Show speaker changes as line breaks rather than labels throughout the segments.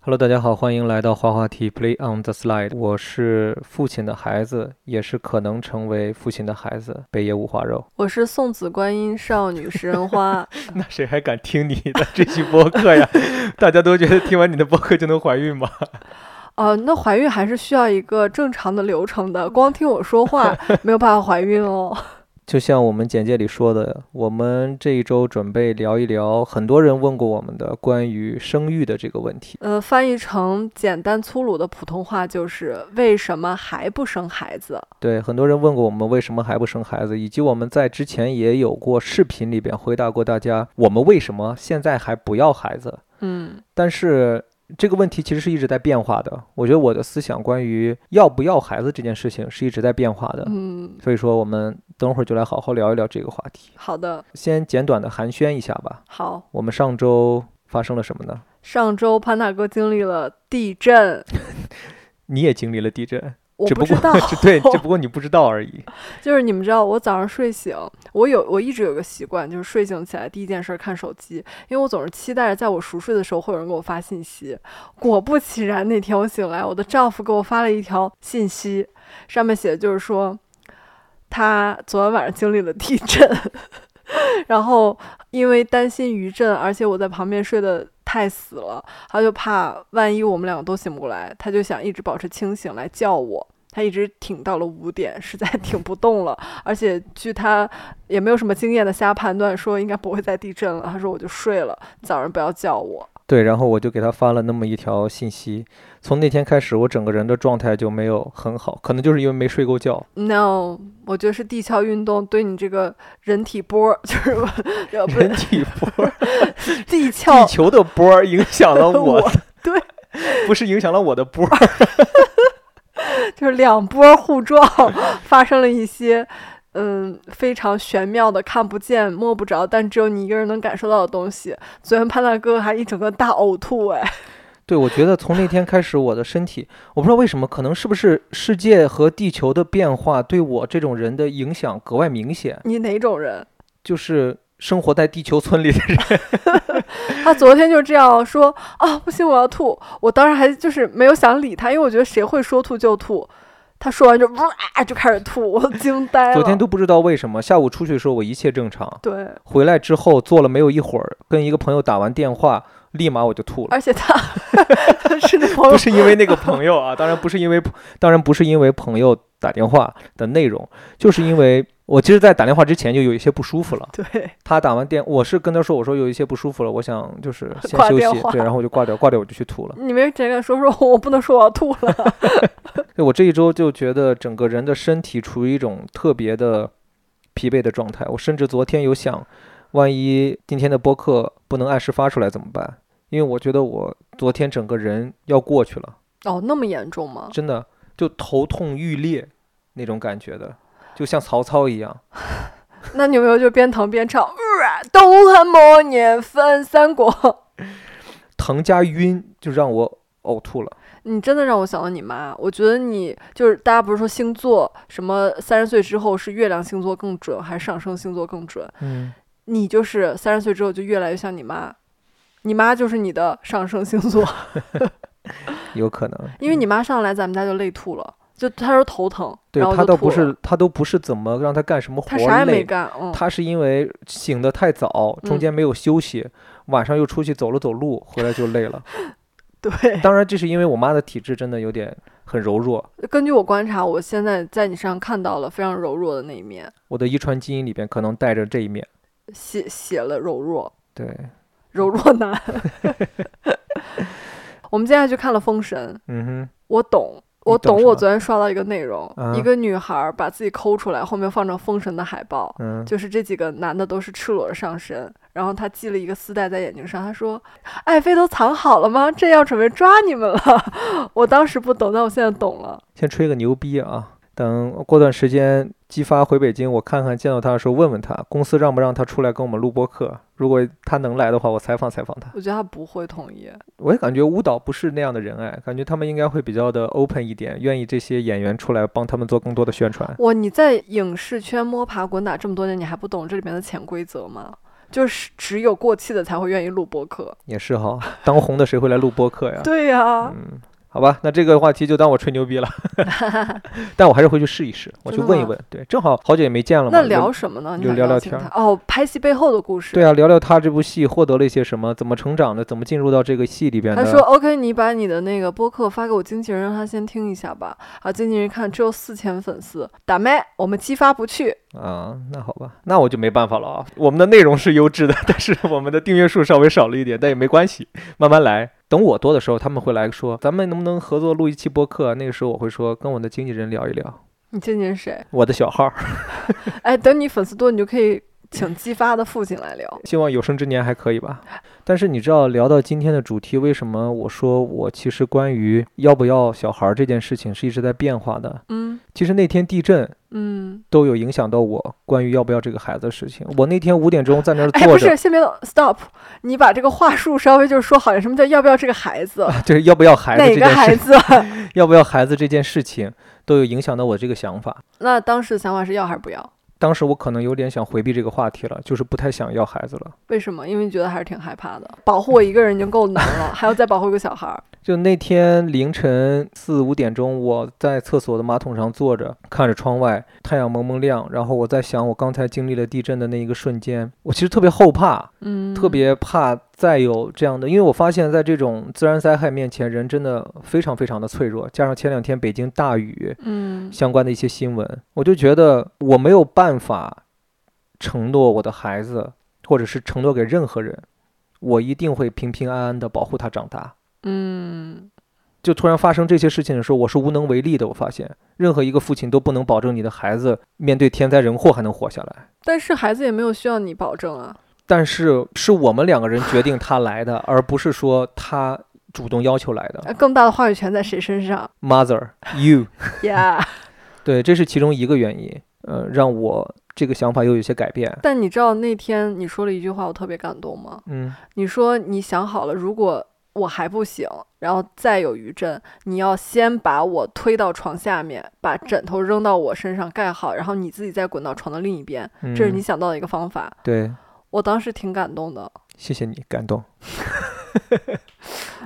Hello，大家好，欢迎来到滑滑梯 Play on the Slide。我是父亲的孩子，也是可能成为父亲的孩子，北野五花肉。
我是送子观音少女食人花，
那谁还敢听你的这期播客呀？ 大家都觉得听完你的播客就能怀孕吗？
哦、那怀孕还是需要一个正常的流程的，光听我说 话没有办法怀孕哦。
就像我们简介里说的，我们这一周准备聊一聊很多人问过我们的关于生育的这个问题。
呃，翻译成简单粗鲁的普通话就是为什么还不生孩子？
对，很多人问过我们为什么还不生孩子，以及我们在之前也有过视频里边回答过大家，我们为什么现在还不要孩子？
嗯
但是这个问题其实是一直在变化的。我觉得我的思想关于要不要孩子这件事情是一直在变化的，
嗯，
所以说我们等会儿就来好好聊一聊这个话题。
好的，
先简短的寒暄一下吧，
好。
我们上周发生了什么呢？
上周潘大哥经历了地震，
你也经历了地震，
我
只
不
不
知
过，
道
对， 只不过你不知道而已。
就是你们知道，我早上睡醒，我有我一直有个习惯，就是睡醒起来第一件事儿看手机，因为我总是期待着在我熟睡的时候会有人给我发信息。果不其然，那天我醒来，我的丈夫给我发了一条信息，上面写的就是说他昨晚晚上经历了地震， 然后因为担心余震，而且我在旁边睡得太死了，他就怕万一我们两个都醒不过来，他就想一直保持清醒来叫我。他一直挺到了五点，实在挺不动了。而且据他也没有什么经验的瞎判断，说应该不会再地震了。他说我就睡了，早上不要叫我。
对，然后我就给他发了那么一条信息。从那天开始，我整个人的状态就没有很好，可能就是因为没睡够
哦
觉。
No，我觉得是地壳运动对你这个人体波儿， 就是我呃不
人
是
体波，
地壳
地球的波儿影响了我，
哦我对，
不是影响了我的波儿，
就是两波互撞， 发生了一些嗯非常玄妙的、看不见、摸不着，但只有你一个人能感受到的东西。昨天潘大哥还一整个大呕吐，哎，
对，我觉得从那天开始，我的身体，我不知道为什么，可能是不是世界和地球的变化对我这种人的影响格外明显，
你哪种人？
就是生活在地球村里的人，
他昨天就这样说啊，不行，我要吐。我当时还就是没有想理他，因为我觉得谁会说吐就吐。他说完就哇、就开始吐，我都惊呆了。
昨天都不知道为什么，下午出去的时候我一切正常，
对，
回来之后坐了没有一会儿，跟一个朋友打完电话，立马我就吐了。
而且他 他是那朋
不
友，
是因为那个朋友啊，当然不是因为，当然不是因为朋友打电话的内容，就是因为我其实，在打电话之前就有一些不舒服了。
对，
他打完电，我是跟他说，我说有一些不舒服了，我想就是先
挂
休
电
息，
话
对，然后我就挂掉，挂掉我就去吐了。
你没直接跟他说说，我不能说我要吐了。
对我这一周就觉得整个人的身体处于一种特别的疲惫的状态，我甚至昨天有想，万一今天的播客不能按时发出来怎么办？因为我觉得我昨天整个人要过去了，
哦，那么严重吗？
真的就头痛欲裂那种感觉的，就像曹操一样。
那你有没有就边疼边唱？呃东汉末年分三国，
疼加晕就让我呕吐了。
你真的让我想到你妈。我觉得你就是大家不是说星座什么三十岁之后是月亮星座更准，还是上升星座更准？
嗯，
你就是三十岁之后就越来越像你妈，你妈就是你的上升星 座，
有可能，
因为你妈上来咱们家就累吐了，就她说头疼，
对
然后
他
就
倒
吐
不
了，
是他都不是怎么让他干什么活
她啥也
儿
没
累，
干，嗯，
他是因为醒得太早，中
嗯
间没有休息，晚上又出去走了走路，回来就累了。
对。
当然，这是因为我妈的体质真的有点很柔弱，
根据我观察，我现在在你身上看到了非常柔弱的那一面，
我的遗传基因里边可能带着这一面。
写写了柔弱，
对，
柔 弱男。我们接下来去看了《封神》，
嗯哼，
我懂，
你
我
懂
懂。
什
我
么
昨天刷到一个内容，
啊
一个女孩儿把自己抠出来，后面放成《封神》的海报，
嗯，
就是这几个男的都是赤裸着上身，然后他系了一个丝带在眼睛上，他说：“爱妃都藏好了吗？朕要准备抓你们了。” 我当时不懂，但我现在懂了。
先吹个牛逼啊！等过段时间姬发回北京，我看看见到他的时候问问他，公司让不让他出来跟我们录播客。如果他能来的话，我采访采访他。
我觉得他不会同意，
我也感觉舞蹈不是那样的人哎，感觉他们应该会比较的 open 一点，愿意这些演员出来帮他们做更多的宣传。
哇！你在影视圈摸爬滚打这么多年，你还不懂这里面的潜规则吗？就是只有过气的才会愿意录播客。
也是哈，当红的谁会来录播客呀？
对啊呀、
嗯，好吧，那这个话题就当我吹牛逼了， 但我还是回去试一试，我去
真的
问一
吗
问。对，正好好久也没见了嘛，
那
就
聊什么呢？你
就
想
聊聊
请
天儿
他哦，拍戏背后的故事。
对啊，聊聊他这部戏获得了一些什么，怎么成长的，怎么进入到这个戏里边的。
他说：“OK，你把你的那个播客发给我经纪人，让他先听一下吧。”啊，经纪人看只有四千粉丝，打麦，我们激发不去。
啊，那好吧，那我就没办法了啊。我们的内容是优质的， 但是我们的订阅数稍微少了一点，但也没关系，慢慢来。等我多的时候，他们会来说，咱们能不能合作录一期播客啊？那个时候我会说，跟我的经纪人聊一聊，
你经纪人谁？
我的小号儿，
哎，等你粉丝多，你就可以请激发的父亲来聊。
希望有生之年还可以吧。但是你知道，聊到今天的主题，为什么我说我其实关于要不要小孩儿这件事情是一直在变化的？
嗯
其实那天地震
嗯，
都有影响到我关于要不要这个孩子的事情。我那天五点钟在那儿
哎，
坐
不
着，
是，先别动，stop，你把这个话术稍微就是说好点，什么叫要不要这个孩子？
就是要不要孩子
哪
这
个
件事
孩
情。
子？
要不要孩子这件事情，都有影响到我这个想法。
那当时的想法是要还是不要？
当时我可能有点想回避这个话题了，就是不太想要孩子了。
为什么？因为觉得还是挺害怕的，保护我一个人已经够难了，还要再保护一个小孩儿。
就那天凌晨四五点钟，我在厕所的马桶上坐着，看着窗外，太阳蒙蒙亮。然后我在想，我刚才经历了地震的那一个瞬间，我其实特别后怕，
嗯，
特别怕再有这样的，因为我发现，在这种自然灾害面前，人真的非常非常的脆弱。加上前两天北京大雨，
嗯
相关的一些新闻，我就觉得我没有办法承诺我的孩子，或者是承诺给任何人，我一定会平平安安的保护他长大。
嗯，
就突然发生这些事情的时候，我是无能为力的。我发现，任何一个父亲都不能保证你的孩子面对天灾人祸还能活下来。
但是孩子也没有需要你保证啊。
但是是我们两个人决定他来的，而不是说他主动要求来的。
呃更大的话语权在谁身 上
Mother，you。
？Yeah，
对，这是其中一个原因，呃，让我这个想法又有一些改变。
但你知道那天你说了一句话，我特别感动吗？
嗯，
你说你想好了，如果我还不行，然后再有余震，你要先把我推到床下面，把枕头扔到我身上盖好，然后你自己再滚到床的另一边。这是
嗯
你想到的一个方法。
对，
我当时挺感动的。
谢谢你，感动。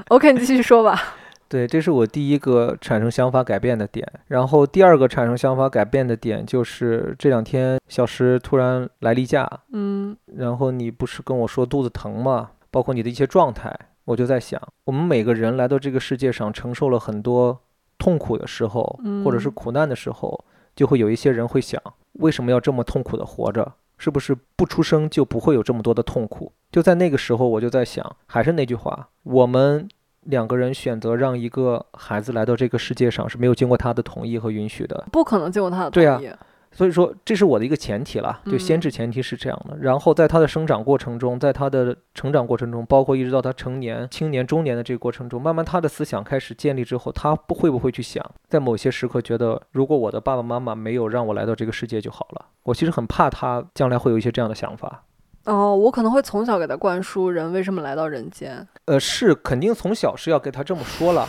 OK，你继续说吧。
对，这是我第一个产生想法改变的点。然后第二个产生想法改变的点就是这两天小石突然来例假，
嗯
然后你不是跟我说肚子疼吗？包括你的一些状态，我就在想，我们每个人来到这个世界上，承受了很多痛苦的时候，或者是
嗯
苦难的时候，就会有一些人会想，为什么要这么痛苦的活着？是不是不出生就不会有这么多的痛苦？就在那个时候，我就在想，还是那句话，我们两个人选择让一个孩子来到这个世界上是没有经过他的同意和允许的，
不可能经过他的同
对啊
意。
所以说，这是我的一个前提啦，就先
嗯
置前提是这样的。然后在他的生长过程中，在他的成长过程中，包括一直到他成年、青年、中年的这个过程中，慢慢他的思想开始建立之后，他不会不会去想，在某些时刻觉得，如果我的爸爸妈妈没有让我来到这个世界就好了。我其实很怕他将来会有一些这样的想法。
哦，我可能会从小给他灌输人为什么来到人间。
呃，是肯定从小是要给他这么说了。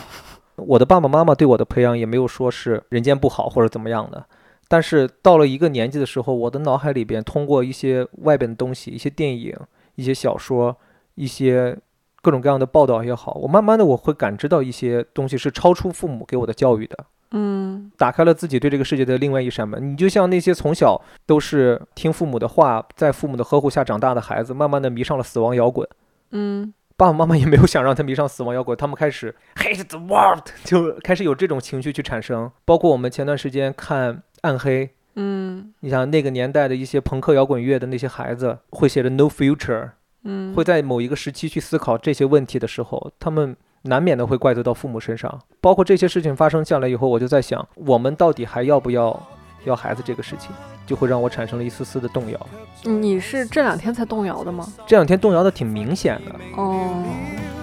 我的爸爸妈妈对我的培养也没有说是人间不好或者怎么样的，但是到了一个年纪的时候，我的脑海里边通过一些外边的东西，一些电影、一些小说、一些各种各样的报道也好，我慢慢的我会感知到一些东西是超出父母给我的教育的。
嗯
打开了自己对这个世界的另外一扇门。你就像那些从小都是听父母的话，在父母的呵护下长大的孩子，慢慢的迷上了死亡摇滚。
嗯，
爸爸妈妈也没有想让他迷上死亡摇滚，他们开始 hate the world，就开始有这种情绪去产生。包括我们前段时间看《暗黑》，
嗯
你想那个年代的一些朋克摇滚乐的那些孩子，会写着 no future，
嗯，
会在某一个时期去思考这些问题的时候，他们难免的会怪罪到父母身上。包括这些事情发生下来以后，我就在想，我们到底还要不要 要孩子这个事情，就会让我产生了一丝丝的动摇。
你是这两天才动摇的吗？
这两天动摇的挺明显的，
哦，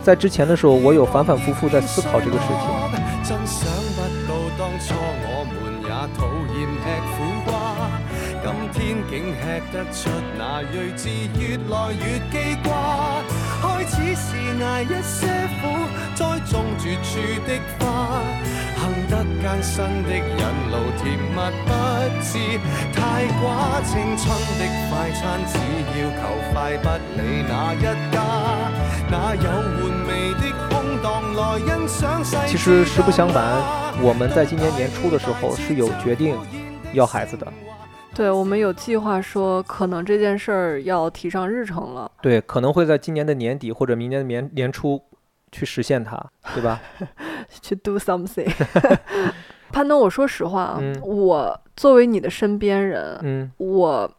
在之前的时候，我有反反复复在思考这个事情。
真想不到當初我們也討厭吃苦瓜，今天竟吃得出那睿智，越來越記掛。開始是捱一些苦，栽種絕處的花，幸得艱辛的引路甜蜜不知太寡，青春的快餐只要求快，不理哪一家，哪有玩味的空檔來欣賞世
其實
事
实不相瞒
百花
我们在今年年初的时候是有决定要孩子的。
对我们有计划说，可能这件事儿要提上日程了。
对，可能会在今年的年底或者明年的年年初去实现它，对 吧？
去 do something。潘东，我说实话啊，
嗯
我作为你的身边人，
嗯，
我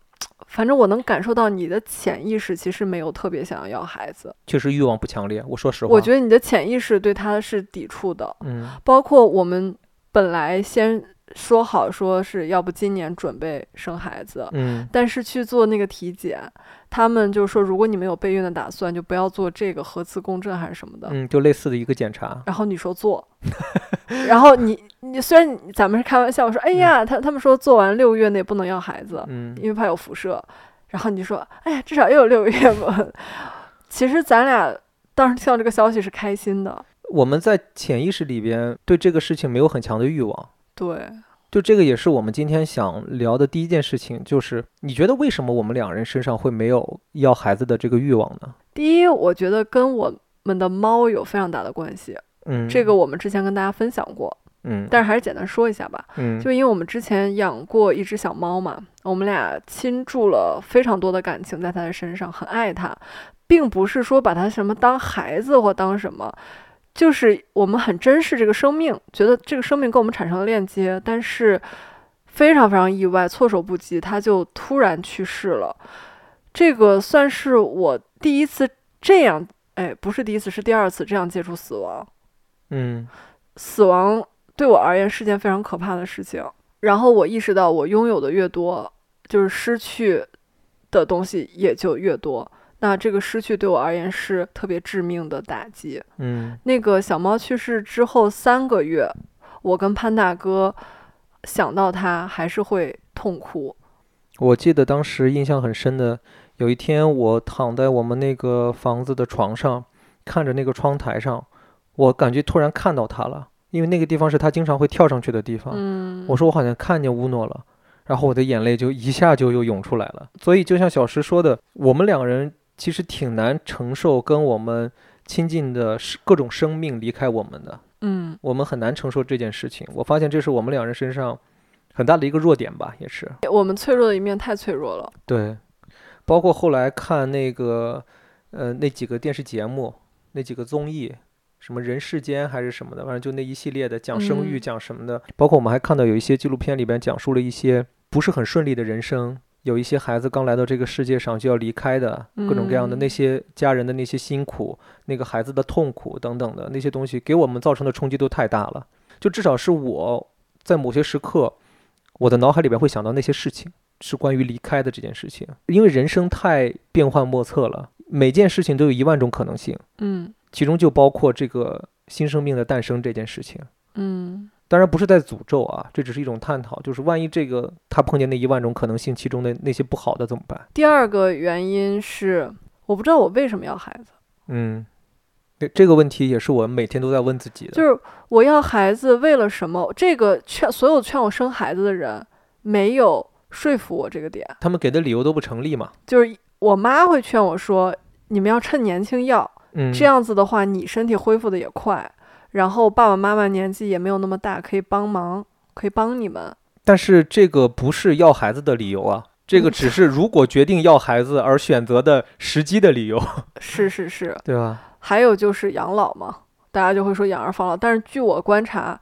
反正我能感受到你的潜意识其实没有特别想要要孩子，
确实欲望不强烈。我说实话，
我觉得你的潜意识对他是抵触的。
嗯
包括我们本来先说好说是要不今年准备生孩子，
嗯，
但是去做那个体检，他们就说如果你没有备孕的打算，就不要做这个核磁共振还是什么的。
嗯，就类似的一个检查。
然后你说 做，然后你你虽然你咱们是开玩笑我说，哎呀，他他们说做完六月内不能要孩子，
嗯，
因为怕有辐射。然后你就说，哎呀，至少又有六个月吧。 其实咱俩当时听到这个消息是开心的，
我们在潜意识里边对这个事情没有很强的欲望。
对，
就这个也是我们今天想聊的第一件事情，就是你觉得为什么我们两人身上会没有要孩子的这个欲望呢？
第一，我觉得跟我们的猫有非常大的关系，
嗯，
这个我们之前跟大家分享过，
嗯，
但是还是简单说一下吧。
嗯
就因为我们之前养过一只小猫嘛，我们俩倾注了非常多的感情在它的身上，很爱它，并不是说把它什么当孩子或当什么，就是我们很珍视这个生命，觉得这个生命跟我们产生了链接，但是非常非常意外，措手不及，它就突然去世了。这个算是我第一次这样，哎，不是第一次，是第二次这样接触死亡。
嗯
死亡对我而言是件非常可怕的事情。然后我意识到，我拥有的越多，就是失去的东西也就越多。那这个失去对我而言是特别致命的打击。
嗯
那个小猫去世之后三个月，我跟潘大哥想到它还是会痛哭。
我记得当时印象很深的，有一天我躺在我们那个房子的床上，看着那个窗台上，我感觉突然看到他了，因为那个地方是他经常会跳上去的地方。
嗯，
我说我好像看见乌诺了，然后我的眼泪就一下就又涌出来了。所以就像小石说的，我们两个人其实挺难承受跟我们亲近的是各种生命离开我们的，
嗯，
我们很难承受这件事情。我发现这是我们两人身上很大的一个弱点吧，也是。
我们脆弱的一面太脆弱了。
对，包括后来看那个呃那几个电视节目，那几个综艺，什么人世间还是什么的，反正就那一系列的讲生育、
嗯
讲什么的。包括我们还看到有一些纪录片里边讲述了一些不是很顺利的人生，有一些孩子刚来到这个世界上就要离开的各种各样的那
嗯
些家人的那些辛苦，那个孩子的痛苦等等的那些东西，给我们造成的冲击都太大了。就至少是我在某些时刻，我的脑海里边会想到那些事情，是关于离开的这件事情，因为人生太变幻莫测了，每件事情都有一万种可能性，
嗯
其中就包括这个新生命的诞生这件事情。
嗯
当然不是在诅咒啊，这只是一种探讨，就是万一这个他碰见那一万种可能性，其中的那些不好的怎么办？
第二个原因是，我不知道我为什么要孩子。
嗯，对这个问题也是我每天都在问自己的。
就是我要孩子为了什么？这个劝所有劝我生孩子的人没有说服我这个点。
他们给的理由都不成立嘛？
就是我妈会劝我说，你们要趁年轻要，
嗯，
这样子的话你身体恢复的也快，然后爸爸妈妈年纪也没有那么大，可以帮忙，可以帮你们。
但是这个不是要孩子的理由啊，这个
嗯
只是如果决定要孩子而选择的时机的理由，
是是是，
对吧？
还有就是养老嘛，大家就会说养儿防老，但是据我观察，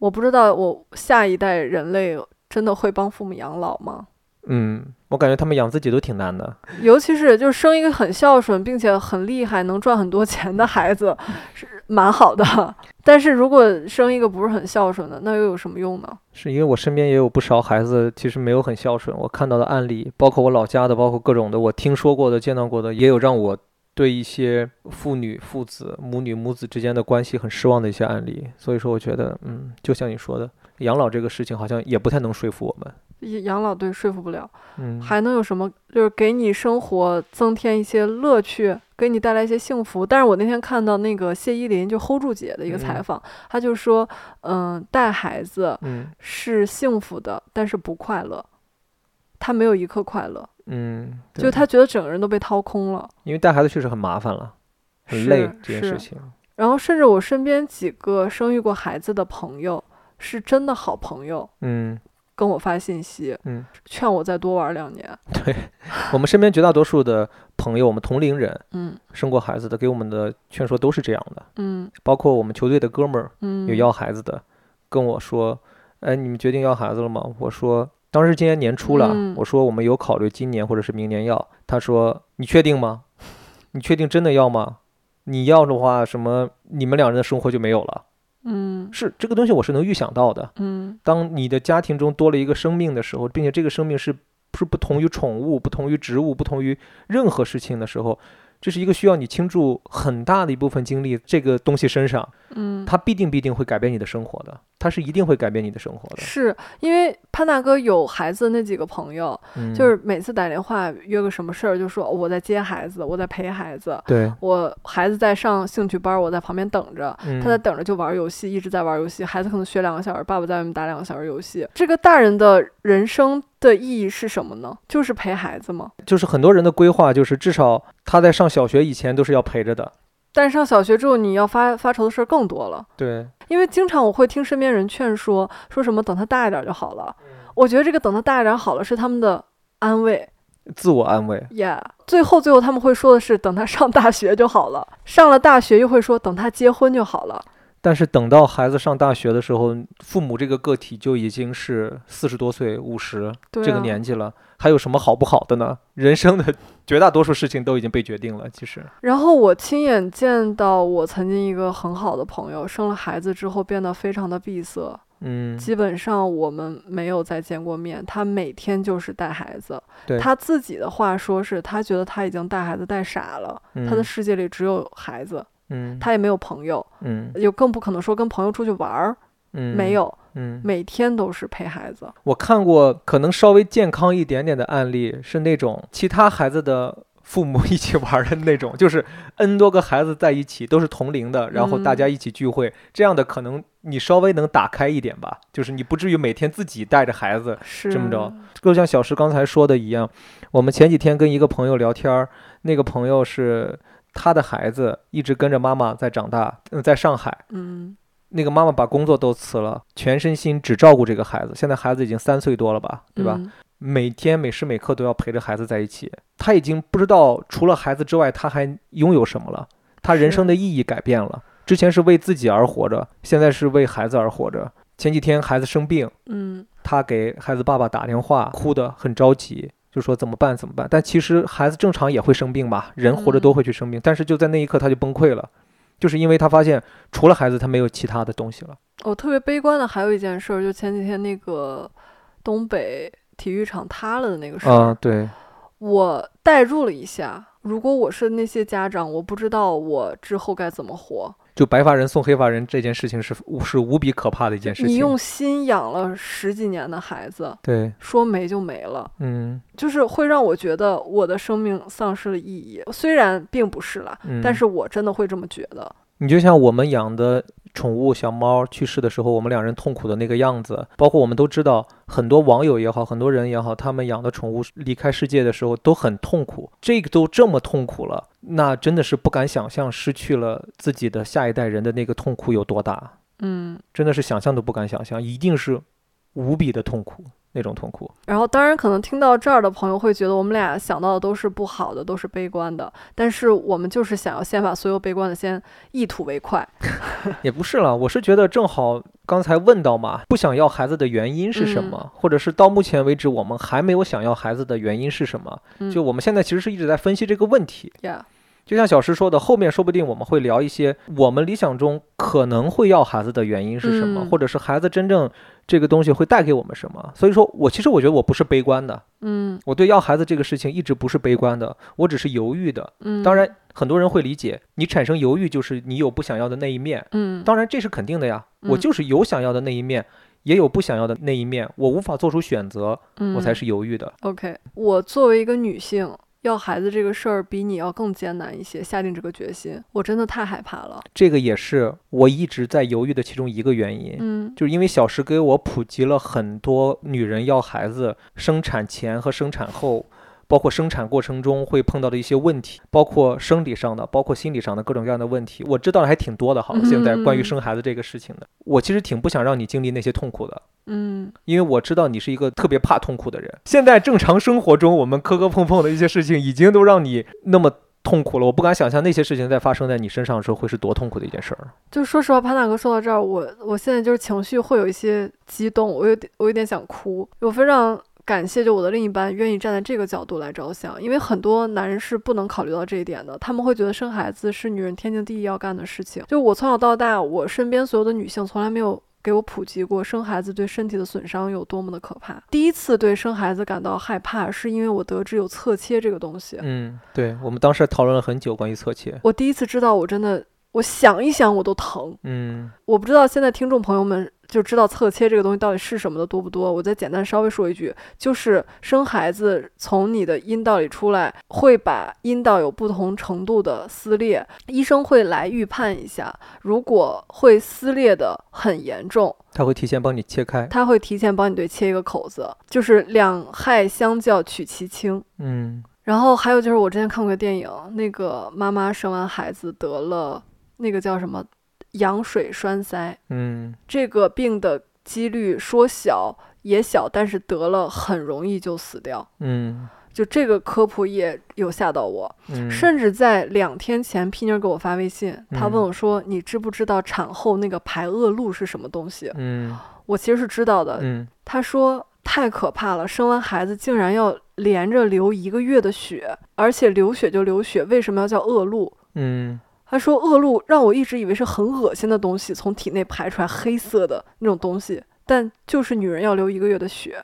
我不知道我下一代人类真的会帮父母养老吗？
嗯，我感觉他们养自己都挺难的。
尤其是就是生一个很孝顺并且很厉害、能赚很多钱的孩子，
嗯
是蛮好的。但是如果生一个不是很孝顺的，那又有什么用呢？
是因为我身边也有不少孩子，其实没有很孝顺。我看到的案例，包括我老家的，包括各种的，我听说过的、见到过的，也有让我对一些父女、父子、母女、母子之间的关系很失望的一些案例。所以说，我觉得，嗯，就像你说的，养老这个事情好像也不太能说服我们。
养老对说服不了，
嗯，
还能有什么？就是给你生活增添一些乐趣，给你带来一些幸福。但是我那天看到那个谢依霖就 hold 住姐的一个采
嗯
访，她就说，嗯、带孩子
嗯
是幸福的，但是不快乐，她没有一刻快乐，
嗯，对
就她觉得整个人都被掏空了。
因为带孩子确实很麻烦了，很累
是
这件
是
事情。
然后，甚至我身边几个生育过孩子的朋友，是真的好朋友，
嗯
跟我发信息
嗯，
劝我再多玩两年。
我们身边绝大多数的朋友，我们同龄人
嗯
生过孩子的，给我们的劝说都是这样的，
嗯
包括我们球队的哥们儿
嗯，
有要孩子的，跟我说，哎，你们决定要孩子了吗？我说，当时今年年初了，
嗯
我说我们有考虑今年或者是明年要。他说，你确定吗？你确定真的要吗？你要的话，什么你们两人的生活就没有了。
嗯
是这个东西，我是能预想到的。
嗯
当你的家庭中多了一个生命的时候，并且这个生命是是不同于宠物、不同于植物、不同于任何事情的时候，这是一个需要你倾注很大的一部分精力这个东西身上，
嗯，
它必定必定会改变你的生活的，它是一定会改变你的生活的。
是因为潘大哥有孩子的那几个朋友，
嗯，
就是每次打电话约个什么事儿，就说哦我在接孩子，我在陪孩子，
对，
我孩子在上兴趣班儿，我在旁边等着。
嗯
他在等着就玩游戏，一直在玩游戏。孩子可能学两个小时，爸爸在外面打两个小时游戏。这个大人的人生的意义是什么呢？就是陪孩子吗？
就是很多人的规划就是至少他在上小学以前都是要陪着的。
但是上小学之后，你要发发愁的事儿更多了。
对，
因为经常我会听身边人劝说，说什么等他大一点就好了。
嗯
我觉得这个等他大一点好了是他们的安慰
自我安慰。
，yeah。最后最后他们会说的是等他上大学就好了，上了大学又会说等他结婚就好了。
但是等到孩子上大学的时候，父母这个个体就已经是四十多岁、五十
对、啊，
这个年纪了，还有什么好不好的呢？人生的绝大多数事情都已经被决定了。其实，
然后我亲眼见到我曾经一个很好的朋友生了孩子之后变得非常的闭塞，
嗯，
基本上我们没有再见过面。他每天就是带孩子
对，
他自己的话说是他觉得他已经带孩子带傻了，他的世界里只有孩子，
嗯，
他也没有朋友，
嗯
也更不可能说跟朋友出去玩儿，
嗯
没，有，
嗯，
每天都是陪孩子。
我看过可能稍微健康一点点的案例，是那种其他孩子的父母一起玩儿的那种，就是 N 多个孩子在一起都是同龄的，然后大家一起聚会，这样的可能你稍微能打开一点吧，就是你不至于每天自己带着孩子
是
这么着，就像小石刚才说的一样，我们前几天跟一个朋友聊天儿，那个朋友是他的孩子一直跟着妈妈在长大，嗯，在上海。
嗯
那个妈妈把工作都辞了，全身心只照顾这个孩子。现在孩子已经三岁多了吧，对吧？
嗯
每天每时每刻都要陪着孩子在一起，他已经不知道除了孩子之外他还拥有什么了。他人生的意义改变了，之前是为自己而活着，现在是为孩子而活着。前几天孩子生病，
嗯
他给孩子爸爸打电话，哭得很着急，就说怎么办怎么办。但其实孩子正常也会生病嘛，人活着
嗯
都会去生病，但是就在那一刻他就崩溃了，就是因为他发现除了孩子他没有其他的东西了。
我哦特别悲观的还有一件事儿，就前几天那个东北体育场塌了的那个事儿，
啊，对，
我代入了一下。如果我是那些家长，我不知道我之后该怎么活。
就白发人送黑发人这件事情是无是无比可怕的一件事情。
你用心养了十几年的孩子，
对，
说没就没了，
嗯，
就是会让我觉得我的生命丧失了意义。虽然并不是啦，
嗯
但是我真的会这么觉得。
你就像我们养的宠物小猫去世的时候，我们两人痛苦的那个样子，包括我们都知道，很多网友也好，很多人也好，他们养的宠物离开世界的时候都很痛苦。这个都这么痛苦了，那真的是不敢想象失去了自己的下一代人的那个痛苦有多大，
嗯，
真的是想象都不敢想象，一定是无比的痛苦那种痛苦。
然后当然可能听到这儿的朋友会觉得我们俩想到的都是不好的，都是悲观的，但是我们就是想要先把所有悲观的先一吐为快。
也不是了，我是觉得正好刚才问到嘛，不想要孩子的原因是
嗯
什么，或者是到目前为止我们还没有想要孩子的原因是什么？
嗯
就我们现在其实是一直在分析这个问题。
呀
就像小石说的，后面说不定我们会聊一些我们理想中可能会要孩子的原因是什么，
嗯
或者是孩子真正这个东西会带给我们什么。所以说我其实我觉得我不是悲观的，
嗯
我对要孩子这个事情一直不是悲观的，我只是犹豫的。
嗯，
当然，很多人会理解你产生犹豫就是你有不想要的那一面，
嗯，
当然这是肯定的呀，我
嗯
就是有想要的那一面，也有不想要的那一面，我无法做出选择，
嗯，
我才是犹豫的。
OK，我作为一个女性，要孩子这个事儿比你要更艰难一些，下定这个决心，我真的太害怕了。
这个也是我一直在犹豫的其中一个原因。
嗯
就是因为小时给我普及了很多女人要孩子生产前和生产后，包括生产过程中会碰到的一些问题，包括生理上的，包括心理上的各种各样的问题，我知道的还挺多的。好了，现在关于
嗯
生孩子这个事情的，我其实挺不想让你经历那些痛苦的。
嗯
因为我知道你是一个特别怕痛苦的人。现在正常生活中，我们磕磕碰碰的一些事情，已经都让你那么痛苦了。我不敢想象那些事情在发生在你身上的时候会是多痛苦的一件事儿。
就说实话，潘大哥说到这儿，我我现在就是情绪会有一些激动，我有点我有点想哭。我非常感谢就我的另一半愿意站在这个角度来着想，因为很多男人是不能考虑到这一点的，他们会觉得生孩子是女人天经地义要干的事情。就我从小到大，我身边所有的女性从来没有。给我普及过生孩子对身体的损伤有多么的可怕。第一次对生孩子感到害怕，是因为我得知有侧切这个东西。
嗯，对，我们当时讨论了很久关于侧切。
我第一次知道，我真的，我想一想我都疼。
嗯
我不知道现在听众朋友们就知道侧切这个东西到底是什么的多不多。我再简单稍微说一句，就是生孩子从你的阴道里出来，会把阴道有不同程度的撕裂，医生会来预判一下，如果会撕裂的很严重，
他会提前帮你切开。
他会提前帮你对切一个口子，就是两害相较取其轻。
嗯
然后还有就是我之前看过个电影，那个妈妈生完孩子得了那个叫什么羊水栓塞，
嗯
这个病的几率说小也小，但是得了很容易就死掉。
嗯
就这个科普也有吓到我，
嗯，
甚至在两天前，皮妮儿给我发微信，她
嗯
问我说：“你知不知道产后那个排恶露是什么东西
嗯？”
我其实是知道的。
嗯
她说：“太可怕了，生完孩子竟然要连着流一个月的血，而且流血就流血，为什么要叫恶露？”
嗯
他说恶露让我一直以为是很恶心的东西，从体内排出来黑色的那种东西，但就是女人要流一个月的血。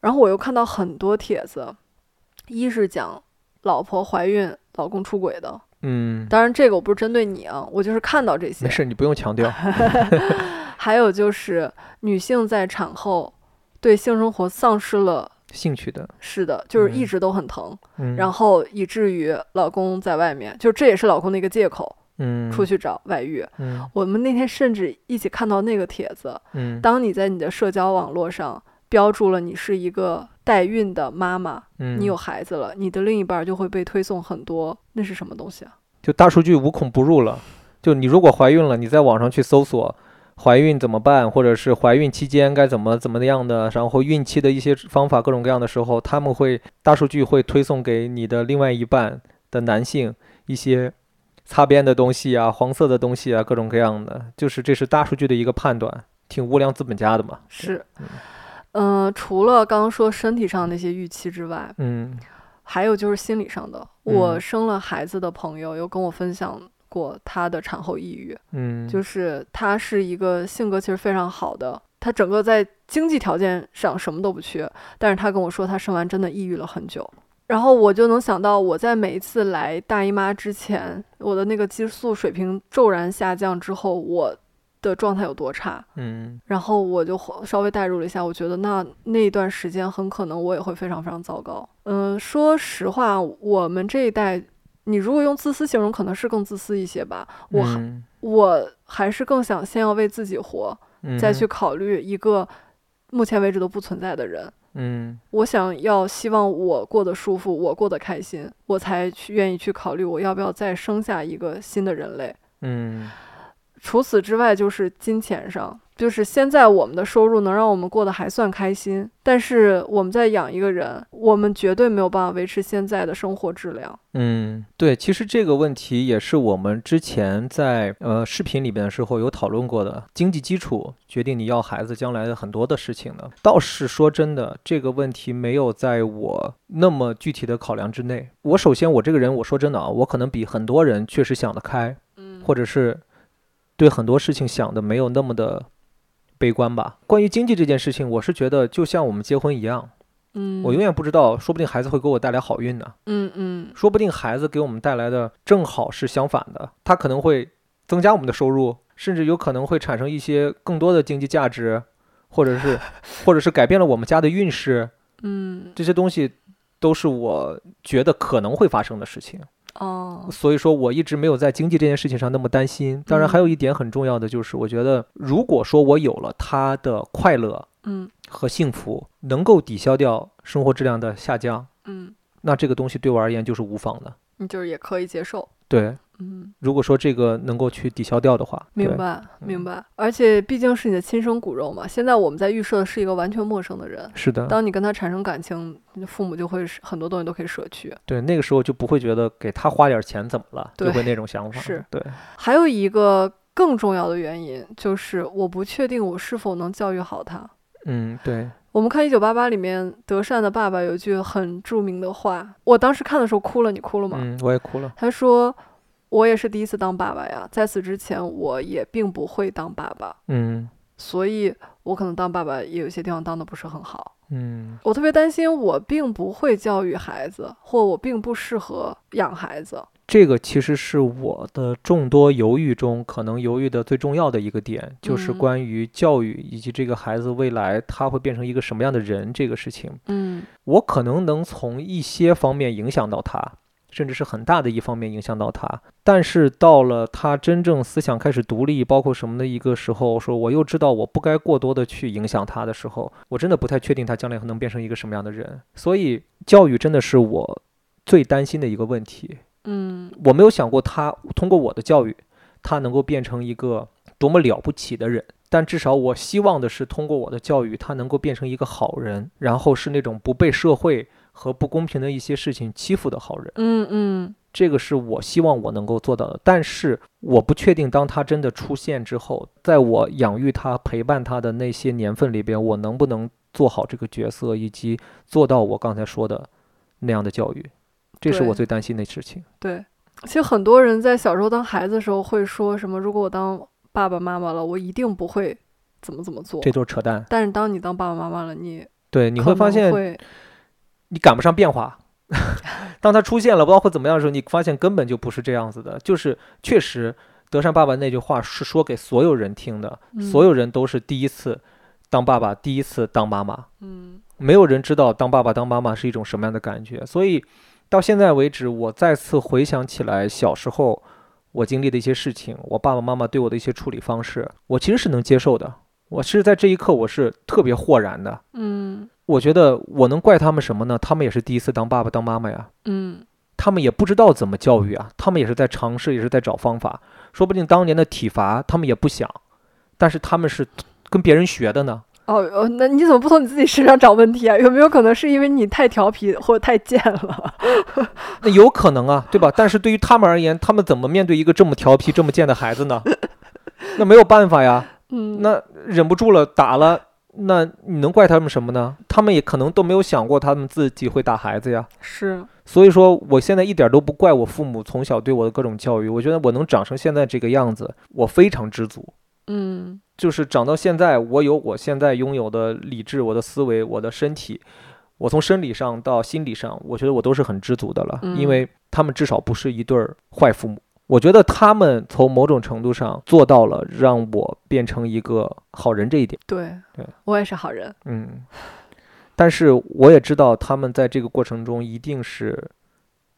然后我又看到很多帖子，一是讲老婆怀孕、老公出轨的，
嗯，
当然这个我不是针对你啊，我就是看到这些
没。事，你不用强调。
还有就是女性在产后对性生活丧失了，
兴趣的。
是的，就是一
嗯
直都很疼，
嗯，
然后以至于老公在外面，就这也是老公的一个借口，
嗯
出。去找外遇。
嗯
我们那天甚至一起看到那个帖子，
嗯
当你在你的社交网络上标注了你是一个代孕的妈妈，
嗯，
你有孩子了，你的另一半就会被推送很多，那是什么东西啊？
就大数据无孔不入了。就你如果怀孕了，你在网上去搜索怀孕怎么办，或者是怀孕期间该怎么怎么样的，然后孕期的一些方法各种各样的时候，他们会大数据会推送给你的另外一半的男性一些擦边的东西啊、黄色的东西啊，各种各样的，就是这是大数据的一个判断，挺无良资本家的嘛。
是
嗯，
嗯、除了刚刚说身体上那些预期之外，
嗯
还有就是心理上的。我生了孩子的朋友有跟我分享过她的产后抑郁，
嗯，
就是她是一个性格其实非常好的，她整个在经济条件上什么都不缺，但是她跟我说她生完真的抑郁了很久。然后我就能想到，我在每一次来大姨妈之前，我的那个激素水平骤然下降之后，我的状态有多差。
嗯
然后我就回稍微代入了一下，我觉得那那一段时间很可能我也会非常非常糟糕。嗯、说实话，我们这一代，你如果用自私形容，可能是更自私一些吧。我还
嗯
我还是更想先要为自己活，
嗯
再去考虑一个目前为止都不存在的人。
嗯
我想要希望我过得舒服，我过得开心，我才去愿意去考虑我要不要再生下一个新的人类。
嗯
除此之外，就是金钱上，就是现在我们的收入能让我们过得还算开心，但是我们在养一个人，我们绝对没有办法维持现在的生活质量。
嗯，对，其实这个问题也是我们之前在呃视频里边的时候有讨论过的，经济基础决定你要孩子将来的很多的事情的。倒是说真的，这个问题没有在我那么具体的考量之内。我首先我这个人，我说真的啊，我可能比很多人确实想得开，
嗯
或者是对很多事情想的没有那么的悲观吧。关于经济这件事情，我是觉得就像我们结婚一样，
嗯，
我永远不知道，说不定孩子会给我带来好运呢、
嗯嗯
说不定孩子给我们带来的正好是相反的，他可能会增加我们的收入，甚至有可能会产生一些更多的经济价值，或者是 或者是改变了我们家的运势，
嗯，
这些东西都是我觉得可能会发生的事情。
哦，
所以说我一直没有在经济这件事情上那么担心。当然，
嗯
还有一点很重要的就是，我觉得如果说我有了他的快乐
嗯
和幸福，能够抵消掉生活质量的下降，
嗯，
那这个东西对我而言就是无妨的。
你就是也可以接受，
对，
嗯，
如果说这个能够去抵消掉的话，对
明。白明
嗯
白。而且毕竟是你的亲生骨肉嘛，现在我们在预设的是一个完全陌生的人。
是的，
当你跟他产生感情，你的父母就会是很多东西都可以舍去。
对，那个时候就不会觉得给他花点钱怎么了，
对
就会那种想法。
是
对，
还有一个更重要的原因就是，我不确定我是否能教育好他。
嗯，对，
我们看《一九八八》里面，德善的爸爸有一句很著名的话，我当时看的时候哭了，你哭了吗？
嗯，我也哭了。
他说：“我也是第一次当爸爸呀，在此之前我也并不会当爸爸，
嗯
所以我可能当爸爸也有些地方当的不是很好。
嗯
我特别担心我并不会教育孩子，或我并不适合养孩子。
这个其实是我的众多犹豫中，可能犹豫的最重要的一个点，就是
嗯
关于教育以及这个孩子未来他会变成一个什么样的人这个事情。
嗯
我可能能从一些方面影响到他，甚至是很大的一方面影响到他。但是到了他真正思想开始独立，包括什么的一个时候，说我又知道我不该过多的去影响他的时候，我真的不太确定他将来能变成一个什么样的人。所以教育真的是我最担心的一个问题。
嗯
我没有想过他通过我的教育，他能够变成一个多么了不起的人。但至少我希望的是，通过我的教育，他能够变成一个好人，然后是那种不被社会和不公平的一些事情欺负的好人。
嗯嗯
这个是我希望我能够做到的。但是我不确定，当他真的出现之后，在我养育他、陪伴他的那些年份里边，我能不能做好这个角色，以及做到我刚才说的那样的教育，这是
对
我最担心的事情。
对。其实很多人在小时候当孩子的时候会说什么：如果我当爸爸妈妈了，我一定不会怎么怎么做
这。都是扯淡。
但是当你当爸爸妈妈了，你
对，你
可
会发
能
现
会
你赶不上变化。 当它出现了，包括怎么样的时候，你发现根本就不是这样子的。就是确实，德善爸爸那句话是说给所有人听的，所
嗯
有人都是第一次当爸爸，第一次当妈妈，
嗯
没有人知道当爸爸当妈妈是一种什么样的感觉。所以到现在为止，我再次回想起来小时候我经历的一些事情，我爸爸妈妈对我的一些处理方式，我其实是能接受的。我是在这一刻，我是特别豁然的。
嗯
我觉得我能怪他们什么呢？他们也是第一次当爸爸当妈妈呀，
嗯
他们也不知道怎么教育啊，他们也是在尝试，也是在找方法。说不定当年的体罚他们也不想，但是他们是跟别人学的呢。
哦哦，那你怎么不从你自己身上找问题啊？有没有可能是因为你太调皮或者太贱了？
那有可能啊，对吧？但是对于他们而言，他们怎么面对一个这么调皮、这么贱的孩子呢？那没有办法呀，
嗯，
那忍不住了打了，那你能怪他们什么呢？他们也可能都没有想过他们自己会打孩子呀。
是
所以说，我现在一点都不怪我父母从小对我的各种教育，我觉得我能长成现在这个样子，我非常知足。
嗯
就是长到现在，我有我现在拥有的理智、我的思维、我的身体，我从生理上到心理上，我觉得我都是很知足的了，
嗯
因为他们至少不是一对儿坏父母。我觉得他们从某种程度上做到了让我变成一个好人这一点。
对
对，
我也是好人。
嗯，但是我也知道他们在这个过程中一定是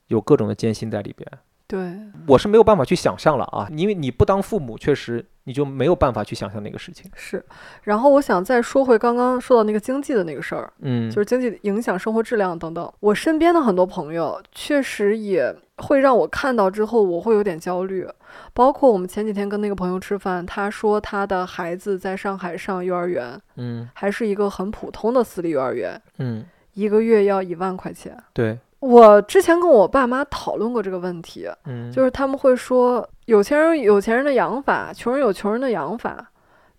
有各种的艰辛在里边，
对，
我是没有办法去想象了啊，因为你不当父母，确实你就没有办法去想象那个事情。
是。然后我想再说回刚刚说到那个经济的那个事儿，
嗯，
就是经济影响生活质量等等。我身边的很多朋友确实也会让我看到之后，我会有点焦虑。包括我们前几天跟那个朋友吃饭，他说他的孩子在上海上幼儿园，
嗯
还是一个很普通的私立幼儿园，
嗯，
一个月要一万块钱。
对，
我之前跟我爸妈讨论过这个问题，
嗯，
呃就是他们会说有钱人有钱人的养法，穷人有穷人的养法。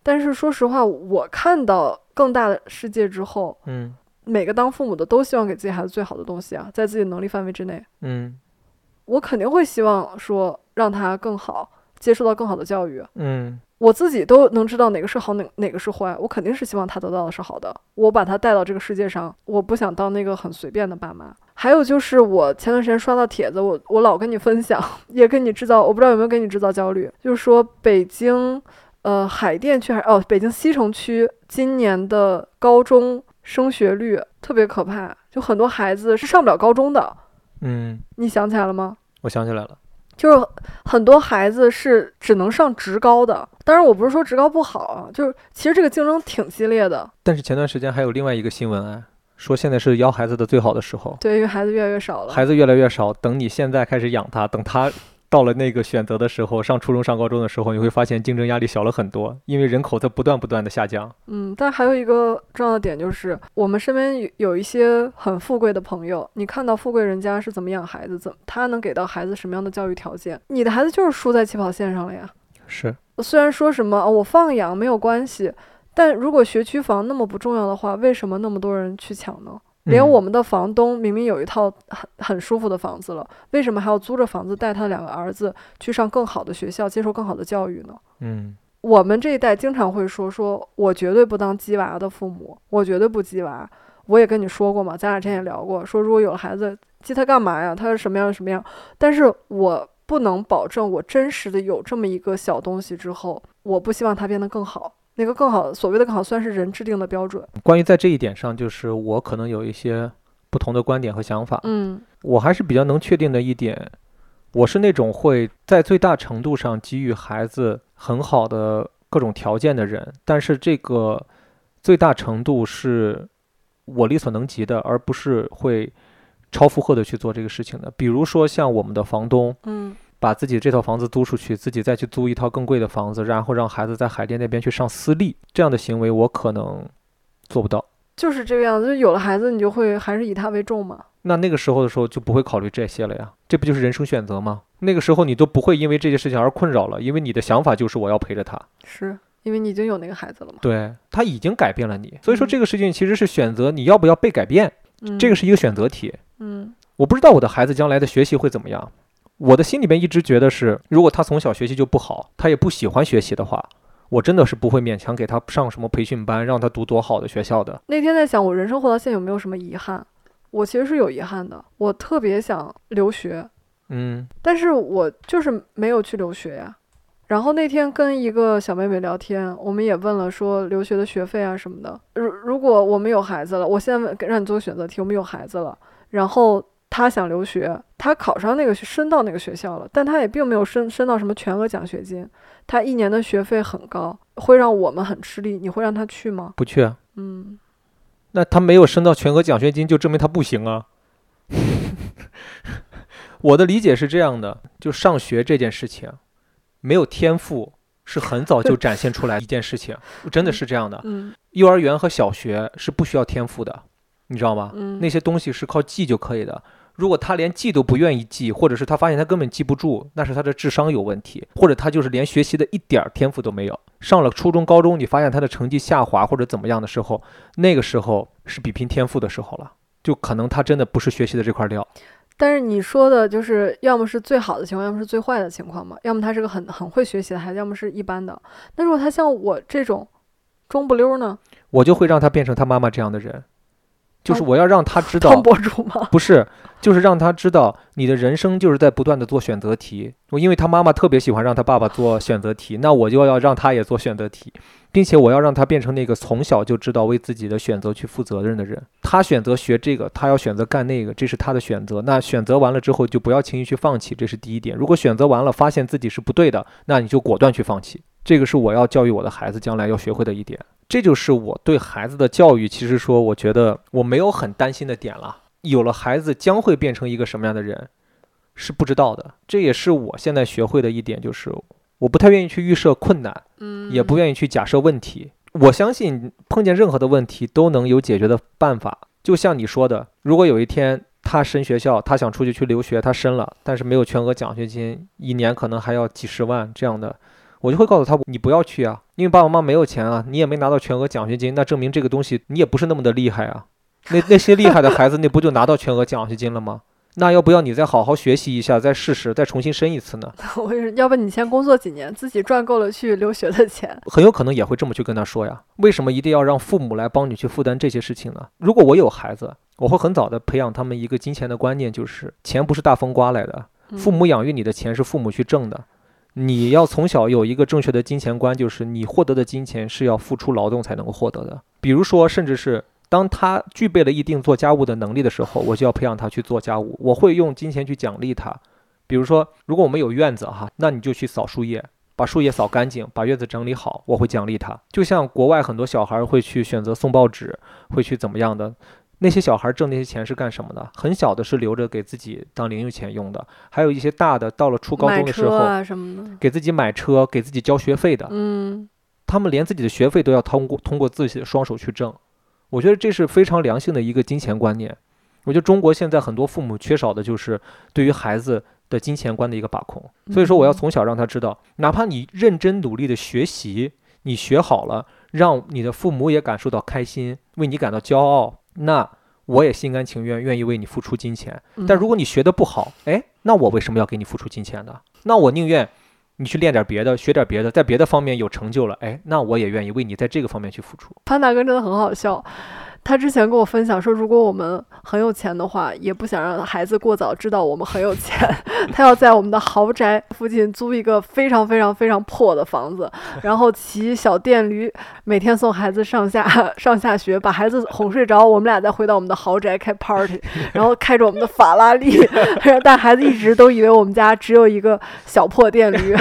但是说实话，我看到更大的世界之后，
嗯
每个当父母的都希望给自己孩子最好的东西啊，在自己的能力范围之内，
嗯
我肯定会希望说让他更好，接受到更好的教育。
嗯
我自己都能知道哪个是好，哪哪个是坏，我肯定是希望他得到的是好的。我把他带到这个世界上，我不想当那个很随便的爸妈。还有就是，我前段时间刷到帖子，我我老跟你分享，也跟你制造，我不知道有没有给你制造焦虑，就是说北京。呃，海淀区还是哦，北京西城区今年的高中升学率特别可怕，就很多孩子是上不了高中的。
嗯，
你想起来了吗？
我想起来了，
就是很多孩子是只能上职高的，当然我不是说职高不好啊，就是其实这个竞争挺激烈的，
但是前段时间还有另外一个新闻哎，说现在是要孩子的最好的时候，
对，因为孩子越来越少了。
孩子越来越少，等你现在开始养他，等他到了那个选择的时候，上初中、上高中的时候，你会发现竞争压力小了很多，因为人口在不断不断的下降。
嗯，但还有一个重要的点就是，我们身边有有一些很富贵的朋友，你看到富贵人家是怎么养孩子，怎他能给到孩子什么样的教育条件，你的孩子就是输在起跑线上了呀。
是，
虽然说什么、哦我放养没有关系，但如果学区房那么不重要的话，为什么那么多人去抢呢？连
嗯
我们的房东明明有一套很很舒服的房子了，为什么还要租着房子带他两个儿子去上更好的学校，接受更好的教育呢？
嗯，
我们这一代经常会说说，我绝对不当鸡娃的父母，我绝对不鸡娃。我也跟你说过嘛，咱俩之前也聊过，说如果有了孩子，鸡他干嘛呀？他是什么样什么样？但是我不能保证我真实的有这么一个小东西之后，我不希望它变得更好。那个更好，所谓的更好，算是人制定的标准。
关于在这一点上，就是我可能有一些不同的观点和想法。
嗯
我还是比较能确定的一点，我是那种会在最大程度上给予孩子很好的各种条件的人，但是这个最大程度是我力所能及的，而不是会超负荷的去做这个事情的。比如说像我们的房东，
嗯
把自己这套房子租出去，自己再去租一套更贵的房子，然后让孩子在海淀那边去上私立，这样的行为我可能做不到。
就是这个样子。就有了孩子，你就会还是以他为重嘛。
那那个时候的时候就不会考虑这些了呀，这不就是人生选择吗？那个时候你都不会因为这些事情而困扰了，因为你的想法就是我要陪着他，
是因为你已经有那个孩子了嘛。
对他已经改变了你，所以说
嗯
这个事情其实是选择你要不要被改变，
嗯，
这个是一个选择题。
嗯
我不知道我的孩子将来的学习会怎么样，我的心里边一直觉得是，如果他从小学习就不好，他也不喜欢学习的话，我真的是不会勉强给他上什么培训班，让他读多好的学校的。
那天在想，我人生活到现在有没有什么遗憾？我其实是有遗憾的，我特别想留学，
嗯
但是我就是没有去留学呀。然后那天跟一个小妹妹聊天，我们也问了说留学的学费啊什么的。如如果我们有孩子了，我现在问让你做选择题，我们有孩子了，然后她想留学，她考上那个学申到那个学校了，但她也并没有申申到什么全额奖学金，她一年的学费很高，会让我们很吃力。你会让她去吗？
不去啊，
嗯，
那他没有申到全额奖学金，就证明他不行啊。我的理解是这样的，就上学这件事情，没有天赋是很早就展现出来一件事情，真的是这样的。
嗯
幼儿园和小学是不需要天赋的，你知道吗？
嗯，
那些东西是靠记就可以的。如果他连记都不愿意记，或者是他发现他根本记不住，那是他的智商有问题，或者他就是连学习的一点儿天赋都没有。上了初中、高中，你发现他的成绩下滑或者怎么样的时候，那个时候是比拼天赋的时候了，就可能他真的不是学习的这块料。
但是你说的就是，要么是最好的情况，要么是最坏的情况嘛，要么他是个很很会学习的孩子，要么是一般的。那如果他像我这种中不溜儿呢，
我就会让他变成他妈妈这样的人，就是
哦
我要让他知道
当博主吗？
不是，就是让他知道你的人生就是在不断的做选择题。我因为他妈妈特别喜欢让他爸爸做选择题，那我就要让他也做选择题，并且我要让他变成那个从小就知道为自己的选择去负责任的人。他选择学这个，他要选择干那个，这是他的选择。那选择完了之后，就不要轻易去放弃，这是第一点。如果选择完了发现自己是不对的，那你就果断去放弃。这个是我要教育我的孩子将来要学会的一点。这就是我对孩子的教育，其实说我觉得我没有很担心的点了。有了孩子将会变成一个什么样的人，是不知道的。这也是我现在学会的一点，就是我不太愿意去预设困难，
嗯，
也不 愿意去假设问题。我相信碰见任何的问题都能有解决的办法。就像你说的，如果有一天他申学校，他想出去去留学，他申了，但是没有全额奖学金，一年可能还要几十万这样的，我就会告诉他，你不要去啊，因为爸爸妈妈没有钱啊，你也没拿到全额奖学金，那证明这个东西你也不是那么的厉害啊。那那些厉害的孩子，那不就拿到全额奖学金了吗？那要不要你再好好学习一下，再试试，再重新申一次呢？
我也是，要不你先工作几年，自己赚够了去留学的钱。
很有可能也会这么去跟他说呀。为什么一定要让父母来帮你去负担这些事情呢？如果我有孩子，我会很早的培养他们一个金钱的观念，就是钱不是大风刮来的，
嗯
父母养育你的钱是父母去挣的，你要从小有一个正确的金钱观，就是你获得的金钱是要付出劳动才能够获得的。比如说，甚至是当他具备了一定做家务的能力的时候，我就要培养他去做家务，我会用金钱去奖励他。比如说，如果我们有院子哈，那你就去扫树叶，把树叶扫干净，把院子整理好，我会奖励他。就像国外很多小孩会去选择送报纸，会去怎么样的。那些小孩挣那些钱是干什么的？很小的是留着给自己当零用钱用的，还有一些大的到了初高
买
中的时
车
候，
啊什么的，
给自己买车、给自己交学费的，
嗯，
他们连自己的学费都要通过通过自己的双手去挣。我觉得这是非常良性的一个金钱观念。我觉得中国现在很多父母缺少的就是对于孩子的金钱观的一个把控，所以说我要
嗯
从小让他知道，哪怕你认真努力的学习，你学好了，让你的父母也感受到开心，为你感到骄傲，那我也心甘情愿愿意为你付出金钱。但如
果
果你学的不好，哎，那我为什么要给你付出金钱呢？那我宁愿你去练点别的，学点别的，在别的方面有成就了，哎，那我也愿意为你在这个方面去付出。
潘大哥真的很好笑。他之前跟我分享说，如果我们很有钱的话，也不想让孩子过早知道我们很有钱， 他要在我们的豪宅附近租一个非常非常非常破的房 子，然后骑小电驴，每天送孩子上下 上下学，把孩子哄睡着，我们俩再回到我们的豪宅开 party，然后开着我们的法拉利， 然后但孩子一直都以为我们家只有一个小破电驴，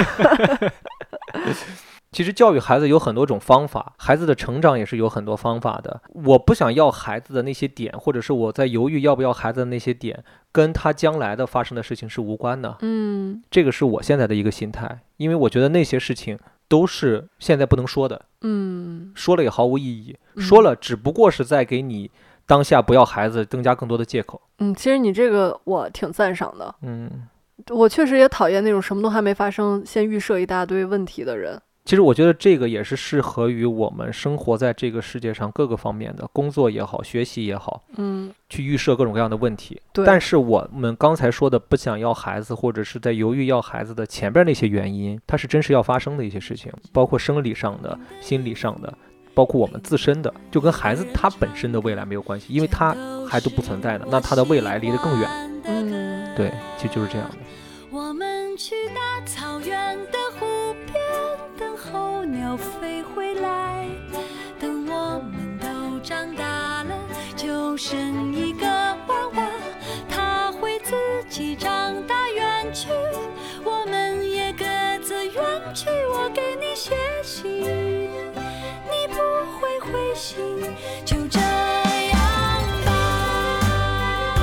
其实教育孩子有很多种方法，孩子的成长也是有很多方法的。我不想要孩子的那些点，或者是我在犹豫要不要孩子的那些点，跟他将来的发生的事情是无关的。
嗯
这个是我现在的一个心态，因为我觉得那些事情都是现在不能说的。
嗯
说了也毫无意义，
嗯
说了只不过是在给你当下不要孩子增加更多的借口。
嗯，其实你这个我挺赞赏的，
嗯，
我确实也讨厌那种什么都还没发生，先预设一大堆问题的人。
其实我觉得这个也是适合于我们生活在这个世界上各个方面的工作也好，学习也好，
嗯，
去预设各种各样的问题。
对。
但是我们刚才说的不想要孩子，或者是在犹豫要孩子的前边那些原因，它是真实要发生的一些事情，
嗯
包括生理上的、心理上的。包括我们自身的，就跟孩子他本身的未来没有关系，因为他还都不存在呢，那他的未来离得更远。
嗯，
对，其实就是这样的。
我们去大草原的湖边，等候鸟飞回来。等我们都长大了，就生一个娃娃，他会自己长大远去，我们也各自远去。我给你写信，你不会回信，就这样吧。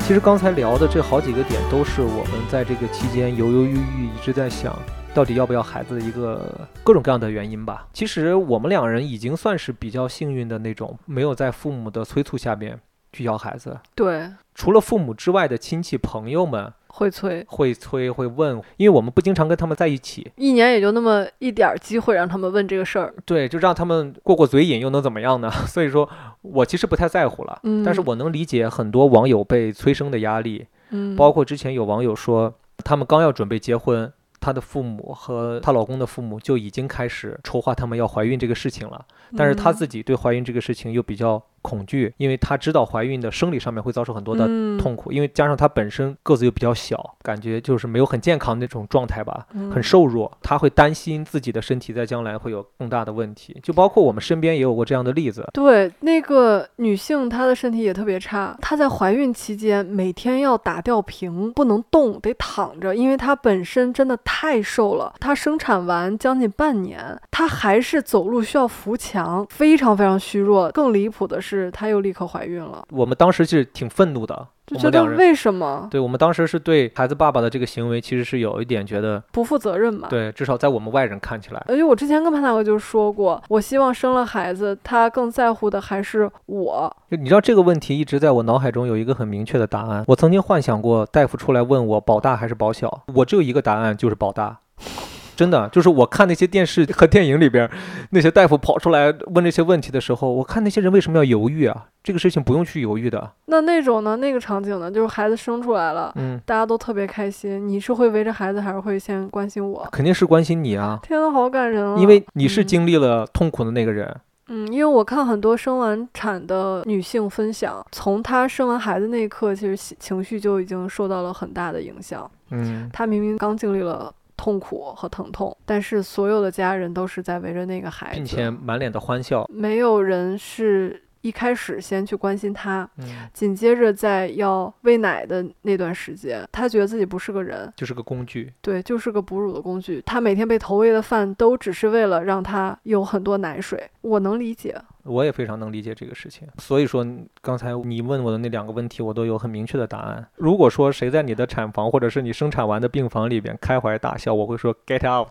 其实刚才聊的这好几个点，都是我们在这个期间犹犹豫豫，一直在想到底要不要孩子的一个各种各样的原因吧。其实我们两人已经算是比较幸运的那种，没有在父母的催促下面去要孩子。
对，
除了父母之外的亲戚朋友们
会催，
会催会问，因为我们不经常跟他们在一起，
一年也就那么一点儿机会让他们问这个事儿。
对，就让他们过过嘴瘾又能怎么样呢？ 所以说我其实不太在乎了，
嗯，
但是我能理解很多网友被催生的压力，
嗯，
包括之前有网友说，他们刚要准备结婚，她的父母和她老公的父母就已经开始筹划他们要怀孕这个事情了。但是
嗯
她自己对怀孕这个事情又比较恐惧，因为她知道怀孕的生理上面会遭受很多的
嗯、
痛苦，因为加上她本身个子又比较小，感觉就是没有很健康那种状态吧。
嗯，
很瘦弱，她会担心自己的身体在将来会有更大的问题，就包括我们身边也有过这样的例子，
对，那个女性她的身体也特别差，她在怀孕期间每天要打吊瓶，不能动，得躺着，因为她本身真的太瘦了。她生产完将近半年，她还是走路需要扶墙，非常非常虚弱。更离谱的是，她又立刻怀孕了，
我们当时是挺愤怒的，
就
我
觉
们
得
两人
为什么
对我们当时是对孩子爸爸的这个行为，其实是有一点觉得，
不负责任嘛？
对，至少在我们外人看起来，
而且我之前跟潘大哥就说过，我希望生了孩子，他更在乎的还是我。
就你知道这个问题一直在我脑海中有一个很明确的答案。我曾经幻想过大夫出来问我保大还是保小，我只有一个答案，就是保大。 真的，就是我看那些电视和电影里边那些大夫跑出来问这些问题的时候，我看那些人为什么要犹豫啊？这个事情不用去犹豫的。
那那种呢，那个场景呢，就是孩子生出来了，
嗯，
大家都特别开心。你是会围着孩子，还是会先关心我？
嗯肯定是关心你啊，
天呐，好感人啊！
因为你是
嗯
经历了痛苦的那个人。
嗯，因为我看很多生完产的女性分享，从她生完孩子那一刻，其实喜情绪就已经受到了很大的影响。
嗯，
她明明刚经历了痛苦和疼痛，但是所有的家人都是在围着那个孩子，
并且满脸的欢笑。
没有人是一开始先去关心她。
嗯，
紧接着，在要喂奶的那段时间，她觉得自己不是个人，
就是个工具。
对，就是个哺乳的工具。她每天被投喂的饭都只是为了让她有很多奶水，我能理解。
我也非常能理解这个事情，所以说刚才你问我的那两个问题，我都有很明确的答案。如果说谁在你的产房或者是你生产完的病房里边开怀大笑，我会说 get out，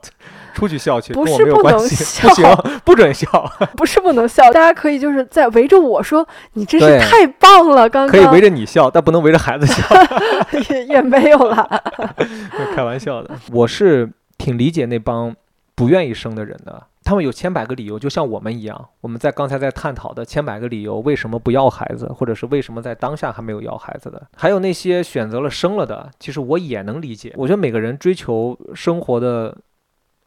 出去笑去，
不
跟我
是
没有
不
关
能
系，
笑
不行，不准 笑，
不是不能笑，大家可以就是在围着我说你真是
对
太棒了，刚
可以围
刚
着你笑，但不能围着孩子笑，
也也没有 啦。
开玩笑的。 我是挺理解那帮不愿意生的人的，他们有千百个理由，就像我们一样，我们在刚才在探讨的千百个理由，为什么不要孩子，或者是为什么在当下还没有要孩子的，还有那些选择了生了的，其实我也能理解。我觉得每个人追求生活的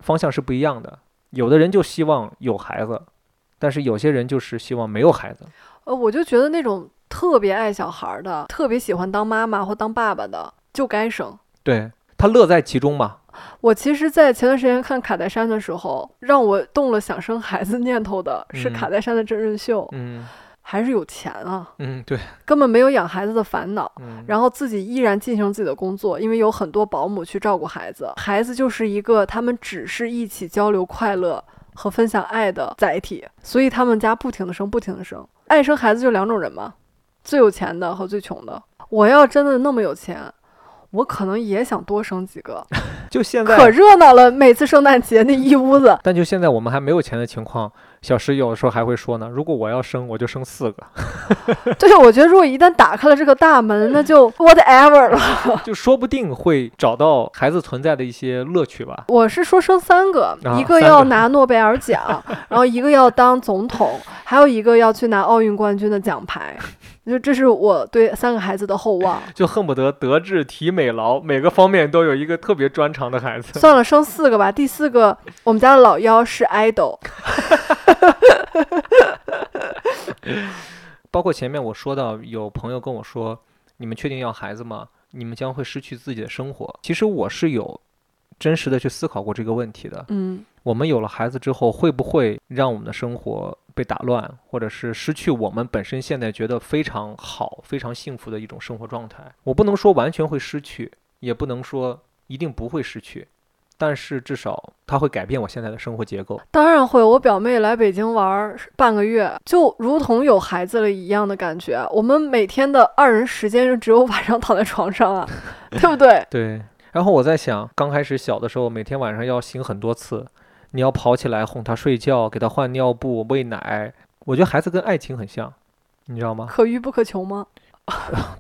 方向是不一样的，有的人就希望有孩子，但是有些人就是希望没有孩子。
呃，我就觉得那种特别爱小孩儿的，特别喜欢当妈妈或当爸爸的，就该生。
对他乐在其中嘛，
我其实，在前段时间看卡戴珊的时候，让我动了想生孩子念头的是
嗯
卡戴珊的真人秀，
嗯
还是有钱啊，
嗯，对，
根本没有养孩子的烦恼。
嗯，
然后自己依然进行自己的工作，因为有很多保姆去照顾孩子，孩子就是一个他们只是一起交流快乐和分享爱的载体，所以他们家不停的生，不停的生。爱生孩子就两种人嘛，最有钱的和最穷的。我要真的那么有钱，我可能也想多生几个，
就现在
可热闹了。每次圣诞节那一屋子，
但就现在我们还没有钱的情况，小石有的时候还会说呢，如果我要生，我就生四个，
对我觉得如果一旦打开了这个大门，那就 whatever 了。
就说不定会找到孩子存在的一些乐趣吧。
我是说生三个，
啊
一个
三
要
个
拿诺贝尔 奖，然后一个要当总统，还有一个要去拿奥运冠军的奖牌。就这是我对三个孩子的厚 望。
就恨不得德智体美劳每个方面都有一个特别专长的孩子。
算了，生四个吧。第四个，我们家的老幺是 idol，
包括前面我说到，有朋友跟我说，你们确定要孩子吗？你们将会失去自己的生活。其实我是有真实的去思考过这个问题的。
嗯，
我们有了孩子之后，会不会让我们的生活被打乱，或者是失去我们本身现在觉得非常好、非常幸福的一种生活状态？我不能说完全会失去，也不能说一定不会失去，但是至少它会改变我现在的生活结构。
当然会。我表妹来北京玩儿半个月，就如同有孩子了一样的感觉。我们每天的二人时间就只有晚上躺在床 上啊，对不对？
对，然后我在想，刚开始小的时候，每天晚上要醒很多次，你要跑起来哄他睡觉，给他换尿布、喂奶。我觉得孩子跟爱情很像，你知道吗？
可遇不可求吗？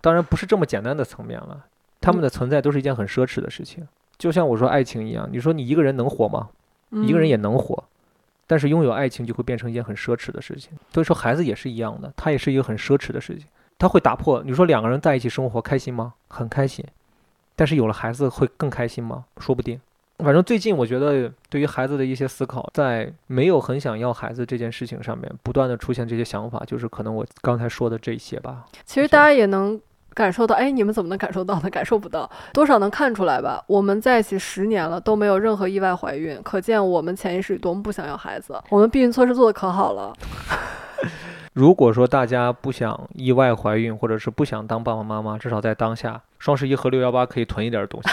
当然不是这么简单的层面了，他们的存在都是一件很奢侈的事情。就像我说爱情一样，你说你一个人能活吗？一个人
嗯
也能活，但是拥有爱情就会变成一件很奢侈的事情。所以说孩子也是一样的，他也是一个很奢侈的事情，他会打破。你说两个人在一起生活开心吗？很开心，但是有了孩子会更开心吗？说不定。反正最近我觉得对于孩子的一些思考，在没有很想要孩子这件事情上面，不断的出现这些想法，就是可能我刚才说的这些吧。
其实
是
大家也能感受到，哎，你们怎么能感受到呢？感受不到，多少能看出来吧？我们在一起十年了，都没有任何意外怀孕，可见我们潜意识里多么不想要孩子。我们避孕措施做的可好了，
如果说大家不想意外怀孕，或者是不想当爸爸妈妈，至少在当下，双十一和六幺八可以囤一点东西。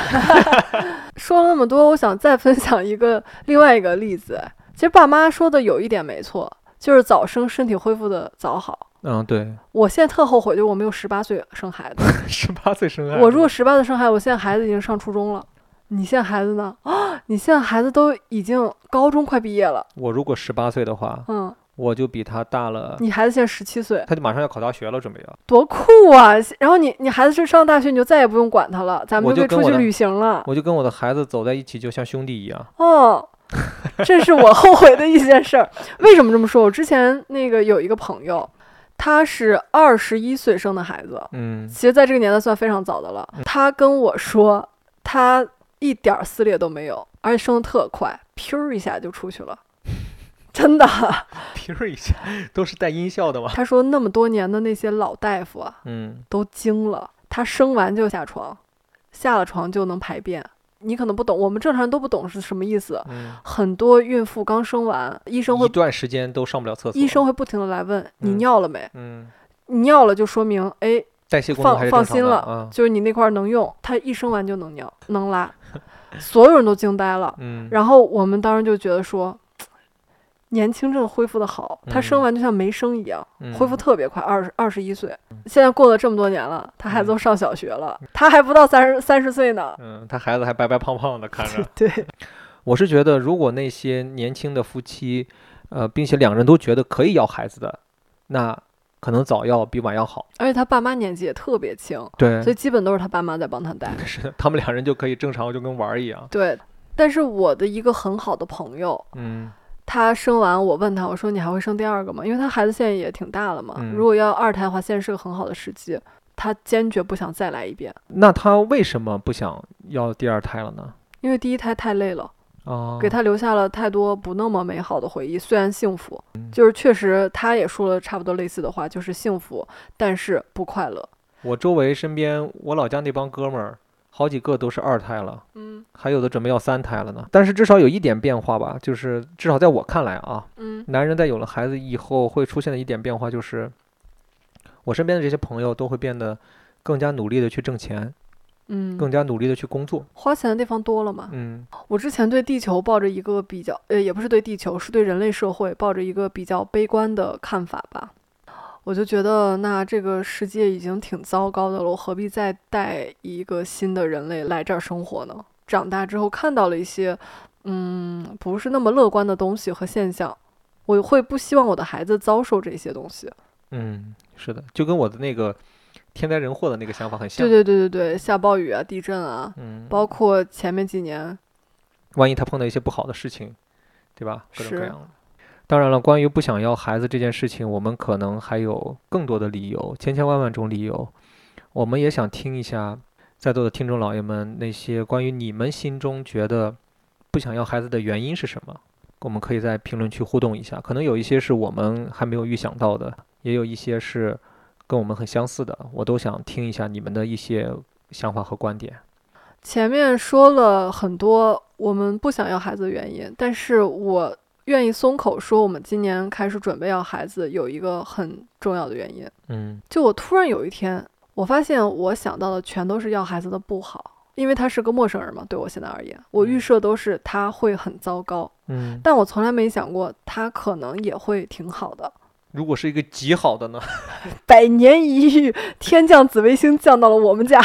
说了那么多，我想再分享一个 另外一个例子。其实爸妈说的有一点没错，就是早生身体恢复的早好。
嗯，对，
我现在特后悔，就是我没有十八岁生孩子。
十八岁生孩
我如果十八岁生孩子，我现在孩子已经上初中了。你现在孩子呢？啊，你现在孩子都已经高中快毕业了，
我如果十八岁的话，
嗯，
我就比他大了，
你孩子现在十七岁，
他就马上要考大学了，准备要。
多酷啊！然后你你孩子去上大学，你就再也不用管他了，咱们
我
可
就
以
跟
出
我的
去旅行了。
我就跟我的孩子走在一起，就像兄弟一样。
哦，这是我后悔的一件事儿。为什么这么说？我之前那个有一个朋友，他是二十一岁生的孩子，
嗯，
其实在这个年代算非常早的了。他跟我说，他一点儿撕裂都没有，而且生的特快，噗儿一下就出去了。 真 的。啊
提示一下，都是带音效的吗？
他说那么多年的那些老大夫啊，
嗯，
都惊了，他生完就下床，下了床就能排便。你可能不懂，我们正常人都不懂是什么意思。
嗯
很多孕妇刚生完，医生
一
会
段时间都上不了厕所。
医生，会不停的来问你
嗯
尿了没，
嗯，
你尿了就说明哎，
代谢功能还
放
是
放
正常
心
的
了，
啊。
就是你那块儿能用。他一生完就能尿能拉，所有人都惊呆了。
嗯，
然后我们当时就觉得说，年轻症恢复的好，他
嗯
生完就像没生一样，
嗯
恢复特别快，二十二十一岁，现在过了这么多年了，他孩子
嗯
都上小学了，他还不到三十三十岁呢。
嗯，他孩子还白白胖胖的，看着。
对，
我是觉得，如果那些年轻的夫妻，呃，并且两人都觉得可以要孩子的，那可能早要比晚要好。
而且他爸妈年纪也特别轻，
对
所以基本都是他爸妈在帮他带。
是的他们两人就可以正常，就跟玩儿一样。
对，但是我的一个很好的朋友，
嗯
他生完我问他，我说你还会生第二个吗？因为他孩子现在也挺大了嘛，
嗯
如果要二胎的话，现在是个很好的时机。他坚决不想再来一遍，，
那他为什么不想要第二胎了呢？
因为第一胎太累了，
哦，
给他留下了太多不那么美好的回忆。虽然幸福，
嗯
就是确实他也说了差不多类似的话，就是幸福，但是不快乐。
我周围身边，我老家那帮哥们儿，好几个都是二胎了，
嗯
还有的准备要三胎了呢。但是至少有一点变化吧，就是至少在我看来啊，
嗯
男人在有了孩子以后会出现的一点变化就是，我身边的这些朋友都会变得更加努力的去挣钱，
嗯，哦
更加努力的去工作。
花钱的地方多了嘛。
嗯
我之前对地球抱着一个比较，呃，也不是对地球，是对人类社会抱着一个比较悲观的看法吧。我就觉得，那这个世界已经挺糟糕的了，我何必再带一个新的人类来这儿生活呢？长大之后看到了一些，嗯，不是那么乐观的东西和现象，我会不希望我的孩子遭受这些东西。
嗯，是的，就跟我的那个天灾人祸的那个想法很像。
对对对对对，下暴雨啊，地震啊，
嗯，
包括前面几年
万一他碰到一些不好的事情，对吧？各种各
是
样的。当然了，关于不想要孩子这件事情，我们可能还有更多的理由，千千万万种理由。我们也想听一下在座的听众老爷们那些关于你们心中觉得不想要孩子的原因是什么？我们可以在评论区互动一下，可能有一些是我们还没有预想到的，也有一些是跟我们很相似的，我都想听一下你们的一些想法和观点。
前面说了很多我们不想要孩子的原因，但是我愿意松口说，我们今年开始准备要孩子，有一个很重要的原因，
嗯
就我突然有一天，我发现我想到的全都是要孩子的不好，因为他是个陌生人嘛，对我现在而言，我预设都是他会很糟糕，
嗯，
但我从来没想过他可能也会挺好的。
如果是一个极好的呢？
百年一遇，天降紫微星降到了我们家。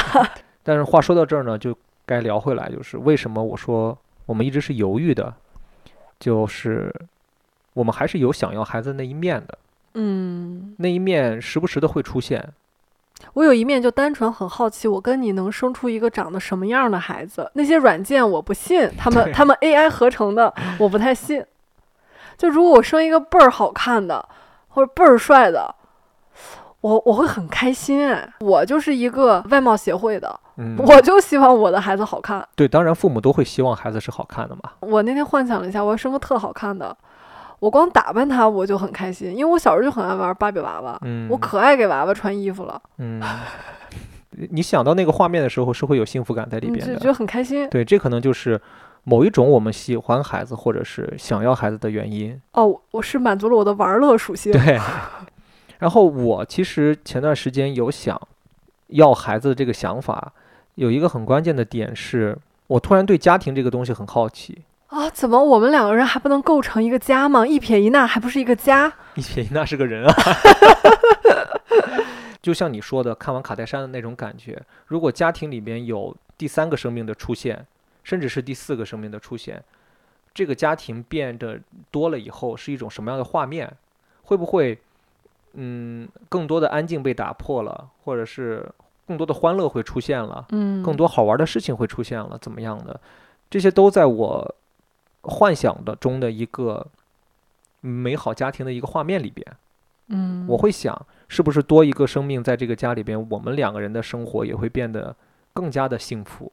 但是话说到这儿呢，就该聊回来，就是为什么我说我们一直是犹豫的，就是我们还是有想要孩子的那一面的，
嗯，
那一面时不时的会出现。
我有一面就单纯很好奇，我跟你能生出一个长得什么样的孩子？那些软件我 不信，他们
对
他们 AI 合成的我不太信。就如果我生一个倍儿好看的，或者倍儿帅的，我我会很开心哎。我就是一个外貌协会的，
嗯，
我就希望我的孩子好看。
对，当然父母都会希望孩子是好看的嘛。
我那天幻想了一下，我要生个特好看的，我光打扮他我就很开心，因为我小时候就很爱玩芭比娃娃，
嗯，
我可爱给娃娃穿衣服了，
嗯， 你想到那个画面的时候是会有幸福感在里
你
边
嗯就觉
的。
得很开心。
对，这可能就是某一种我们喜欢孩子或者是想要孩子的原因。
哦，我是满足了我的玩乐属性。
对。 然后我其实前段时间有想要孩子的这个想法，有一个很关键的点是，我突然对家庭这个东西很好奇。
啊，怎么我们两个人还不能构成一个家吗？一撇一捺还不是一个家？
一撇一捺是个人啊， 就像你说的，看完卡戴珊的那种感觉。如果家庭里面有第三个生命的出现，甚至是第四个生命的出现，这个家庭变得多了以后是一种什么样的画面？会不会，嗯，更多的安静被打破了，或者是更多的欢乐会出现了？
嗯
更多好玩的事情会出现了，怎么样的，这些都在我幻想的中的一个美好家庭的一个画面里边。
嗯，
我会想，是不是多一个生命在这个家里边，我们两个人的生活也会变得更加的幸福。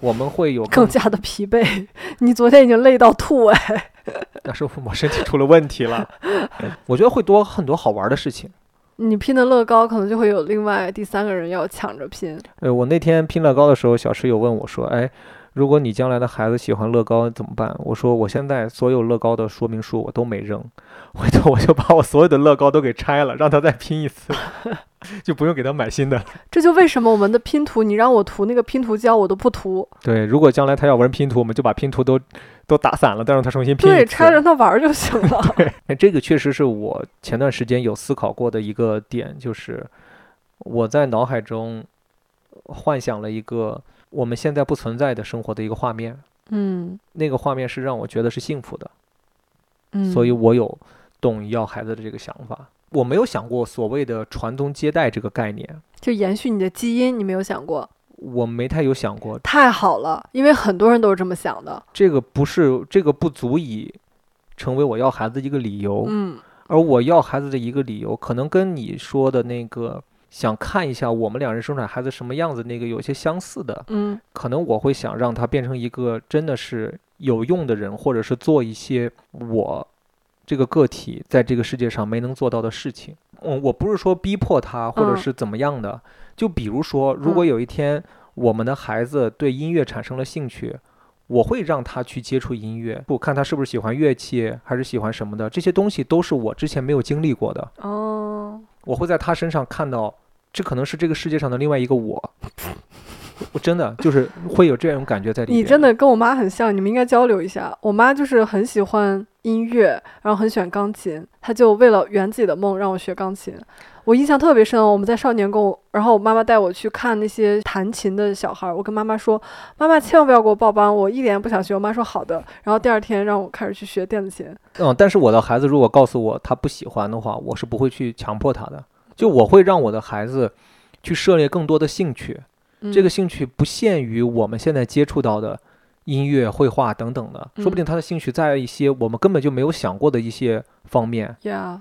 我们会有
更加的疲惫。 你昨天已经累到吐哎，
那是我身体出了问题了。 我觉得会多很多好玩的事情。
你拼的乐高可能就会有另外第三个人要抢着拼。
呃，我那天拼乐高的时候，小池有问我说：“哎，如果你将来的孩子喜欢乐高怎么办？”我说：“我现在所有乐高的说明书我都没扔，回头我就把我所有的乐高都给拆了，让他再拼一 次，就不用给他买新的。
这就为什么我们的拼图，你让我涂那个拼图胶，我都不涂。”
对，如果将来他要玩拼图，我们就把拼图都都打散了，再让他重新拼一次。
对，拆着它玩儿就行了。
哎，这个确实是我前段时间有思考过的一个点，就是我在脑海中幻想了一个我们现在不存在的生活的一个画面，
嗯
那个画面是让我觉得是幸福的，
嗯，
所以我有动要孩子的这个想法。我没有想过所谓的传宗接代这个概念，
就延续你的基因，你没有想过，
我没太有想过。
太好了，因为很多人都是这么想的。
这个不是这个不足以成为我要孩子的一个理由。
嗯，
而我要孩子的一个理由，可能跟你说的那个想看一下我们两人生产孩子什么样子那个有些相似的，
嗯
可能我会想让他变成一个真的是有用的人，或者是做一些我这个个体在这个世界上没能做到的事情。嗯，我不是说逼迫他或者
嗯
是怎么样的，就比如说，如果有一天我们的孩子对音乐产生了兴趣。我会让他去接触音乐，我看他是不是喜欢乐器，还是喜欢什么的，这些东西都是我之前没有经历过的。
哦，
我会在他身上看到，这可能是这个世界上的另外一个我。我真的就是会有这种感觉在里面。
你真的跟我妈很像，你们应该交流一下。我妈就是很喜欢音乐，然后很喜欢钢琴，她就为了圆自己的梦让我学钢琴。我印象特别深哦，我们在少年宫，然后我妈妈带我去看那些弹琴的小孩儿。我跟妈妈说：“妈妈，千万不要给我报班，我一点也不想学。”我妈说：“好的。”然后第二天让我开始去学电子琴。
嗯，但是我的孩子如果告诉我他不喜欢的话，我是不会去强迫他的。就我会让我的孩子去涉猎更多的兴趣，
嗯、
这个兴趣不限于我们现在接触到的音乐、绘画等等的，
嗯
说不定他的兴趣在一些我们根本就没有想过的一些方面，
呀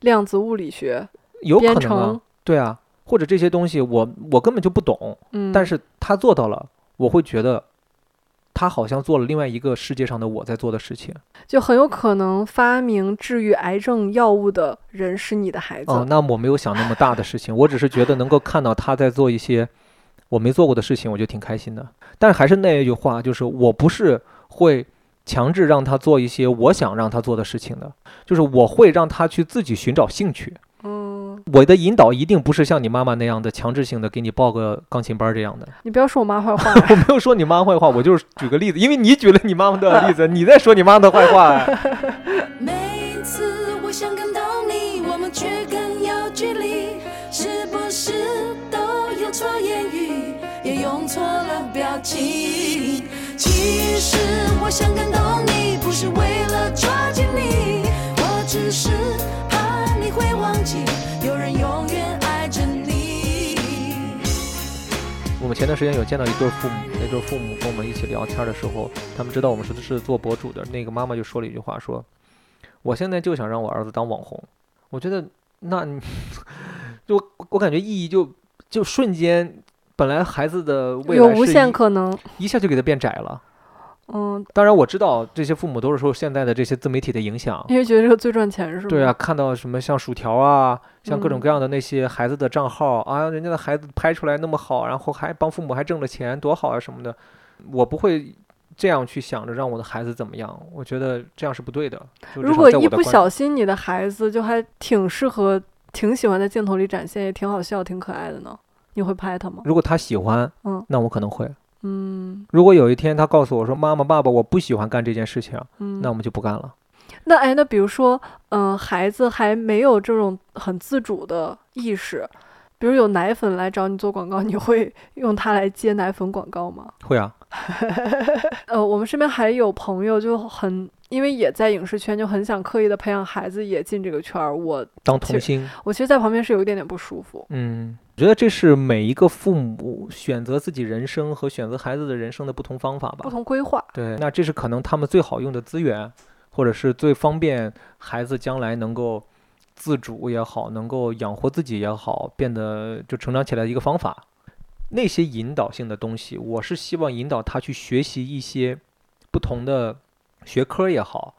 量子物理学、
有可
编
能啊
程，，
对啊，或者这些东西我我根本就不懂，
嗯，
但是他做到了，我会觉得他好像做了另外一个世界上的我在做的事情。
就很有可能发明治愈癌症药物的人是你的孩子。
哦，那我没有想那么大的事情， 我只是觉得能够看到他在做一些我没做过的事情，我就挺开心的。但是还是那一句话，就是我不是会强制让他做一些我想让他做的事情的，就是我会让他去自己寻找兴趣。
嗯，
我的引导一定不是像你妈妈那样的强制性的给你报个钢琴班儿这样的。
你不要说我妈坏话
我没有说你妈坏话，我就是举个例子，因为你举了你妈妈的例子，你在说你妈的坏话、哎。
每一次我想感动你，我们却更有距离，是不是都用错言语，也用错了表情？其实我想感动你，不是为了抓紧你，我只是怕你会忘记，有人永远爱着你。
我们前段时间有见到一对父母，那对父母跟我们一起聊天的时候，他们知道我们是是做博主的，那个妈妈就说了一句话，说：“我现在就想让我儿子当网红。”我觉得那你就我我感觉意义就就瞬间，本来孩子的未
有
来
无
是
限
一
可能。
一下就给他变窄了。
嗯，
当然我知道这些父母都是受现在的这些自媒体的影响，
因为觉得这个最赚钱是吧？
对啊，，看到什么像薯条啊，像各种
嗯
各样的那些孩子的账号、啊，人家的孩子拍出来那么好，然后还帮父母还挣了钱，多好啊什么的，我不会这样去想着让我的孩子怎么样，我觉得这样是不对的。就至
如
少
果
在我
一
的
不
观
小心，你的孩子就还挺适合、挺喜欢在镜头里展现，也挺好笑、挺可爱的呢。你会拍他吗？
如果他喜欢，
嗯
那我可能会。
嗯
如果有一天他告诉我说：“妈妈、爸爸，我不喜欢干这件事情，
嗯。
那我们就不干了。
那哎，那比如说，嗯、孩子还没有这种很自主的意识，比如有奶粉来找你做广告，你会 用它来接奶粉广告吗？”
会啊，
呃，我们身边还有朋友就很，因为也在影视圈，就很想刻意的培养孩子也进这个圈儿。我
当
其
童
实
星。
我其实，在旁边是有一点点不舒服。
嗯，我觉得这是每一个父母选择自己人生和选择孩子的人生的不同方法吧
不。同规划，
对，那这是可能他们最好用的资源，或者是最方便孩子将来能够自主也好，能够养活自己也好，变得就成长起来的一个方法。那些引导性的东西，我是希望引导他去学习一些不同的学科也好，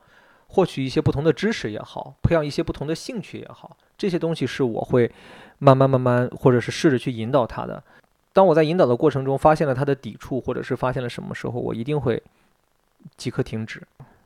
获取一些不同的知识也好，培养一些不同的兴趣也好，这些东西是我会慢慢慢慢，或者是试着去引导他的。当我在引导的过程中发现了他的抵触，或者是发现了什么时候，我一定会即刻停止。